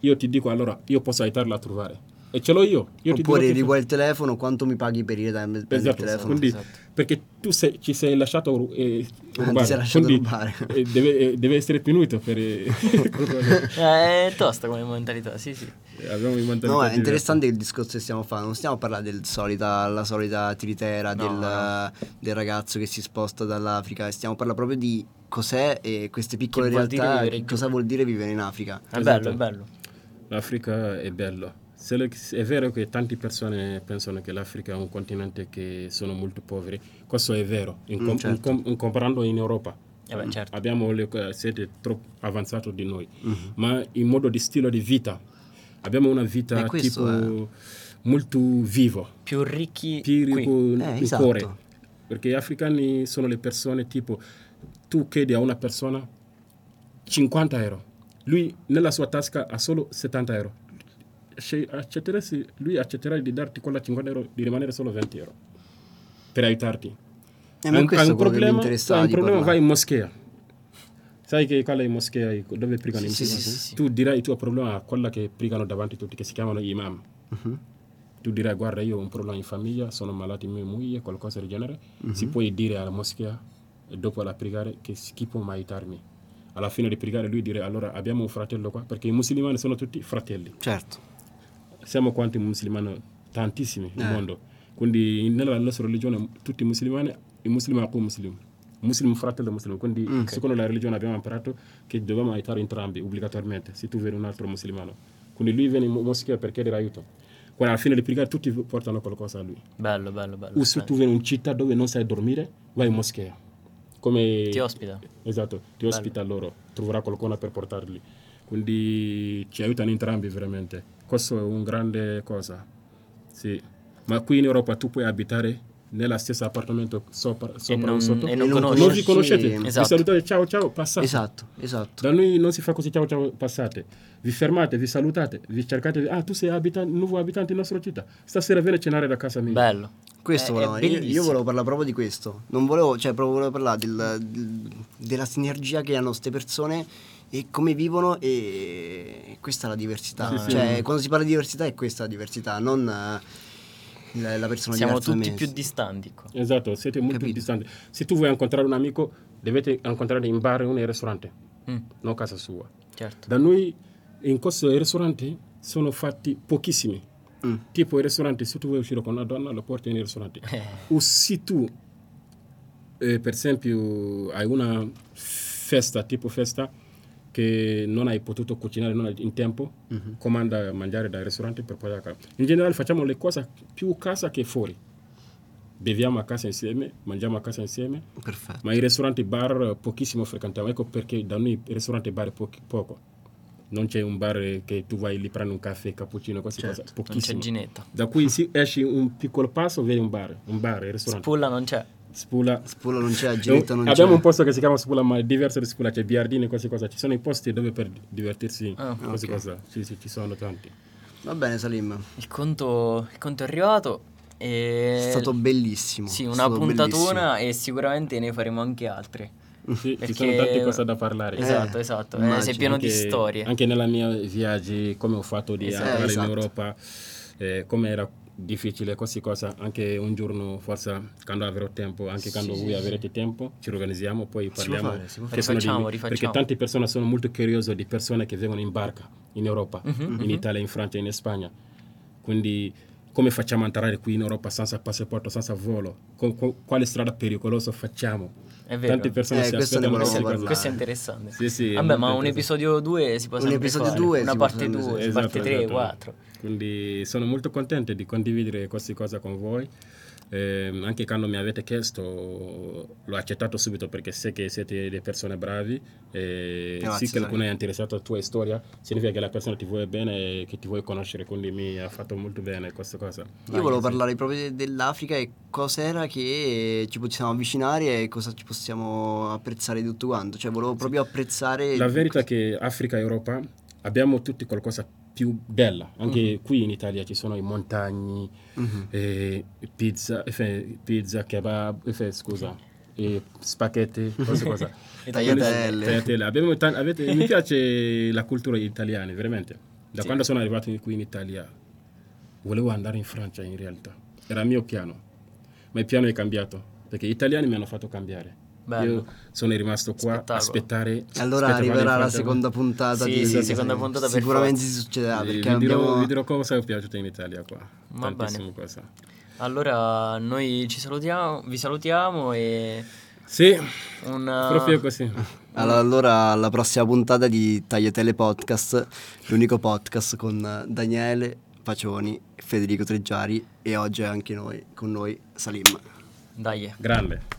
Speaker 3: Io ti dico allora, io posso aiutarla a trovare. E ce l'ho io. io ti
Speaker 1: Oppure
Speaker 3: dico che-
Speaker 1: riguardo il telefono, quanto mi paghi per il, per il
Speaker 3: Esatto,
Speaker 1: telefono?
Speaker 3: quindi,
Speaker 2: esatto.
Speaker 3: perché tu sei- ci sei lasciato ru- eh,
Speaker 1: Ah, ti
Speaker 3: rubare.
Speaker 1: sei lasciato
Speaker 3: Quindi,
Speaker 1: rubare.
Speaker 3: eh, deve, eh, deve essere punito per... eh,
Speaker 2: è tosta come mentalità, sì, sì.
Speaker 3: Abbiamo i mentalità
Speaker 1: No, è
Speaker 3: diverse.
Speaker 1: interessante il discorso che stiamo facendo. Non stiamo parlando del solita, la solita tiritera
Speaker 2: No,
Speaker 1: del,
Speaker 2: no.
Speaker 1: del ragazzo che si sposta dall'Africa. Stiamo parlando proprio di cos'è e queste piccole
Speaker 2: Che vuol dire
Speaker 1: realtà.
Speaker 2: vivere
Speaker 1: Che
Speaker 2: giù.
Speaker 1: cosa vuol dire vivere in Africa?
Speaker 2: È
Speaker 3: Esatto.
Speaker 2: bello, è bello.
Speaker 3: L'Africa è bello. Se lo- È vero che tante persone pensano che l'Africa è un continente che sono molto poveri. Questo è vero, in, com-
Speaker 1: certo.
Speaker 3: in com- in comparando in Europa.
Speaker 2: Eh beh, certo.
Speaker 3: Abbiamo le, eh, siete troppo avanzati di noi,
Speaker 1: Mm-hmm.
Speaker 3: ma in modo di stile di vita. Abbiamo una vita
Speaker 1: Eh, questo
Speaker 3: tipo molto vivo,
Speaker 2: Più ricchi
Speaker 3: più
Speaker 2: qui.
Speaker 3: con
Speaker 1: Eh,
Speaker 3: il
Speaker 1: esatto.
Speaker 3: cuore. Perché gli africani sono le persone tipo, tu chiedi a una persona 50 euro, lui nella sua tasca ha solo 70 euro. Se accetteresti- lui accetterà di darti quella 50 euro, di rimanere solo 20 euro per aiutarti.
Speaker 1: E Eh, ma
Speaker 3: Hai un-
Speaker 1: questo
Speaker 3: hai
Speaker 1: è
Speaker 3: un
Speaker 1: quello che mi
Speaker 3: problema,
Speaker 1: interessava.
Speaker 3: hai un
Speaker 1: di
Speaker 3: problema, vai
Speaker 1: parlare.
Speaker 3: in moschea. Sai che quella in moschea i- dove pregano i
Speaker 1: Sì, sì,
Speaker 3: musulmani?
Speaker 1: sì,
Speaker 2: sì.
Speaker 3: Tu dirai il tuo problema a quella che pregano davanti a tutti, che si chiamano imam.
Speaker 1: Mhm.
Speaker 3: Tu dirai, guarda, io ho un problema in famiglia, sono malato mia moglie, qualcosa del genere. Si
Speaker 1: Mhm.
Speaker 3: può dire alla moschea, e dopo la pregare, che si- chi può mai aiutarmi? Alla fine di pregare lui dirà, allora abbiamo un fratello qua, perché i musulmani sono tutti fratelli
Speaker 1: Certo.
Speaker 3: siamo quanti musulmani? Tantissimi nel
Speaker 1: Eh.
Speaker 3: mondo. Quindi nella nostra religione tutti i musulmani, i musulmani come muslim. Muslim fratello muslim. Quindi secondo la religione abbiamo imparato che dobbiamo aiutare entrambi obbligatoriamente se tu vedi un altro musulmano. Quindi lui viene in moschea per chiedere aiuto. Quando alla fine di pregare tutti portano qualcosa a lui.
Speaker 2: Bello, bello, bello.
Speaker 3: O se tu vieni in città dove non sai dormire, vai in moschea. Come
Speaker 2: Ti ospita.
Speaker 3: Esatto, ti ospita loro, troverà qualcuno per portarli. Quindi ci aiutano entrambi veramente. Questo è un grande cosa. Sì. Ma qui in Europa tu puoi abitare nella stessa appartamento sopra, sopra o
Speaker 2: non-
Speaker 3: sotto.
Speaker 2: e
Speaker 1: non
Speaker 3: non,
Speaker 1: conosci-
Speaker 3: vi conoscete.
Speaker 2: Esatto.
Speaker 3: Vi salutate, ciao ciao, passate.
Speaker 1: Esatto, esatto.
Speaker 3: Da noi non si fa così, ciao ciao, passate. Vi fermate, vi salutate, vi cercate. Ah, tu sei abitante, nuovo abitante in nostra città. Stasera vieni a cenare da casa mia.
Speaker 2: Bello.
Speaker 1: Questo
Speaker 2: È-
Speaker 1: volevo,
Speaker 2: Eh, è
Speaker 1: io, io
Speaker 2: bellissimo.
Speaker 1: volevo parlare proprio di questo. Non volevo, cioè, proprio volevo parlare del- del- della sinergia che hanno queste persone e come vivono e questa è la diversità.
Speaker 3: Sì, sì.
Speaker 1: cioè, quando si parla di diversità è questa la diversità, non eh, la, la persona
Speaker 2: Siamo
Speaker 1: diversa da
Speaker 2: tutti
Speaker 1: me.
Speaker 2: più distanti qua.
Speaker 3: Esatto, siete molto
Speaker 1: Capito.
Speaker 3: distanti. Se tu vuoi incontrare un amico, dovete incontrare in bar o nel ristorante,
Speaker 2: Mm,
Speaker 3: non a casa sua.
Speaker 2: certo.
Speaker 3: Da noi in questo ristorante sono fatti pochissimi.
Speaker 1: Mm.
Speaker 3: Tipo il ristorante, se tu vuoi uscire con una donna, la porti nel ristorante. o se tu, eh, per esempio, hai una festa, tipo festa, che non hai potuto cucinare non hai- in tempo, comanda a mangiare dal ristorante per poi a casa. In generale facciamo le cose più a casa che fuori. Beviamo a casa insieme, mangiamo a casa insieme,
Speaker 1: Perfetto.
Speaker 3: ma i ristoranti bar eh, pochissimo frequentiamo, ecco perché da noi il ristorante bar è pochi- poco. Non c'è un bar eh, che tu vai lì prendi un caffè, cappuccino, queste
Speaker 1: Certo,
Speaker 3: cose,
Speaker 2: Non c'è
Speaker 3: pochissimo.
Speaker 2: Ginetta.
Speaker 3: Da qui si esci un piccolo passo, vedi un bar, un bar, il ristorante.
Speaker 2: Spulla non c'è.
Speaker 3: Spula. Eh,
Speaker 1: Spullo non c'è, Giretta non
Speaker 3: Abbiamo
Speaker 1: c'è.
Speaker 3: un posto che si chiama Spula, ma è diverso di Spula, c'è biardini e queste cose. Ci sono i posti dove per divertirsi,
Speaker 2: Ah,
Speaker 3: queste
Speaker 1: ok.
Speaker 3: cose, ci, ci- ci sono tanti.
Speaker 1: Va bene, Salim.
Speaker 2: Il conto, il conto è arrivato. E...
Speaker 1: È stato bellissimo.
Speaker 2: Eh, Sì,
Speaker 1: è
Speaker 2: una
Speaker 1: stato
Speaker 2: puntatona e sicuramente ne faremo anche altre.
Speaker 3: Sì,
Speaker 2: Perché-
Speaker 3: Ci sono tante cose da parlare.
Speaker 1: Eh,
Speaker 2: esatto, esatto. eh,
Speaker 1: immagino
Speaker 2: sei pieno di
Speaker 3: Anche-
Speaker 2: storie.
Speaker 3: Anche nella mia viaggi, come ho fatto di
Speaker 2: Esatto.
Speaker 3: andare
Speaker 1: Eh, esatto.
Speaker 3: in Europa, eh, come era difficile queste cose, anche un giorno forse quando avrò tempo, anche quando voi avrete tempo, ci organizziamo, poi
Speaker 1: può
Speaker 3: parliamo.
Speaker 1: fare, si può
Speaker 2: fare.
Speaker 3: che sono di-
Speaker 2: Rifacciamo,
Speaker 3: perché
Speaker 2: rifacciamo.
Speaker 3: tante persone sono molto curiose di persone che vengono in barca in Europa, in
Speaker 2: mhm.
Speaker 3: Italia, in Francia, in Spagna. Quindi come facciamo a entrare qui in Europa senza passaporto, senza volo? Con- con- quale strada pericolosa facciamo?
Speaker 2: È vero.
Speaker 3: Tante persone
Speaker 1: Eh,
Speaker 3: si
Speaker 1: questo ne volevo
Speaker 3: aspettano queste
Speaker 1: parlare.
Speaker 3: cose.
Speaker 2: Questo è interessante.
Speaker 3: Sì, sì, è
Speaker 2: Vabbè, ma
Speaker 3: molto
Speaker 2: un
Speaker 3: interessante.
Speaker 2: episodio 2 si può
Speaker 1: Un
Speaker 2: sempre
Speaker 1: episodio
Speaker 2: fare.
Speaker 1: due
Speaker 2: una
Speaker 1: si può
Speaker 2: parte
Speaker 1: sempre-
Speaker 2: 2,
Speaker 1: sì,
Speaker 3: Esatto,
Speaker 2: parte 3,
Speaker 3: esatto.
Speaker 2: 4.
Speaker 3: Quindi sono molto contento di condividere queste cose con voi. Ehm, anche quando mi avete chiesto, l'ho accettato subito perché so che siete delle persone bravi. E
Speaker 1: Grazie,
Speaker 3: sì, che qualcuno
Speaker 1: Sani.
Speaker 3: è interessato alla tua storia, significa che la persona ti vuole bene e che ti vuole conoscere. Quindi mi ha fatto molto bene questa cosa.
Speaker 1: Io volevo parlare proprio dell'Africa e cos'era che ci possiamo avvicinare e cosa ci possiamo apprezzare di tutto quanto. Cioè, volevo proprio apprezzare.
Speaker 3: La verità è che Africa e Europa abbiamo tutti qualcosa più bella. Anche qui in Italia ci sono i montagni,
Speaker 1: Mhm.
Speaker 3: e pizza, e fe- pizza, kebab, e fe- scusa, e spaghetti, queste cose.
Speaker 1: Tagliatelle.
Speaker 3: Tagliatelle. Abbiamo tan- avete- mi piace la cultura italiana, veramente. Da
Speaker 2: Sì.
Speaker 3: quando sono arrivato qui in Italia, volevo andare in Francia in realtà. Era il mio piano, ma il piano è cambiato perché gli italiani mi hanno fatto cambiare.
Speaker 2: Bello.
Speaker 3: Io sono rimasto qua a
Speaker 2: Spettacolo.
Speaker 3: aspettare.
Speaker 1: Allora
Speaker 3: aspetta, vado
Speaker 1: arriverà
Speaker 3: in
Speaker 1: la
Speaker 3: Francia,
Speaker 1: seconda
Speaker 3: vado-
Speaker 1: puntata
Speaker 2: Sì,
Speaker 1: di
Speaker 2: sì, seconda puntata per
Speaker 1: Sicuramente
Speaker 2: forza.
Speaker 1: si succederà
Speaker 3: Eh,
Speaker 1: perché
Speaker 3: vi, dirò,
Speaker 1: abbiamo
Speaker 3: vi dirò cosa mi è piaciuto in Italia qua.
Speaker 2: Va bene.
Speaker 3: Tantissime cose.
Speaker 2: Allora, noi ci salutiamo, vi salutiamo e
Speaker 3: Sì,
Speaker 2: una
Speaker 3: proprio così.
Speaker 1: Allora, allora alla prossima puntata di Tagliatelle Podcast, l'unico podcast con eh, Daniele Pacioni, Federico Treggiari e oggi è anche noi, con noi Salim.
Speaker 2: Dai.
Speaker 3: Grande.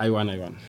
Speaker 3: I won, I won.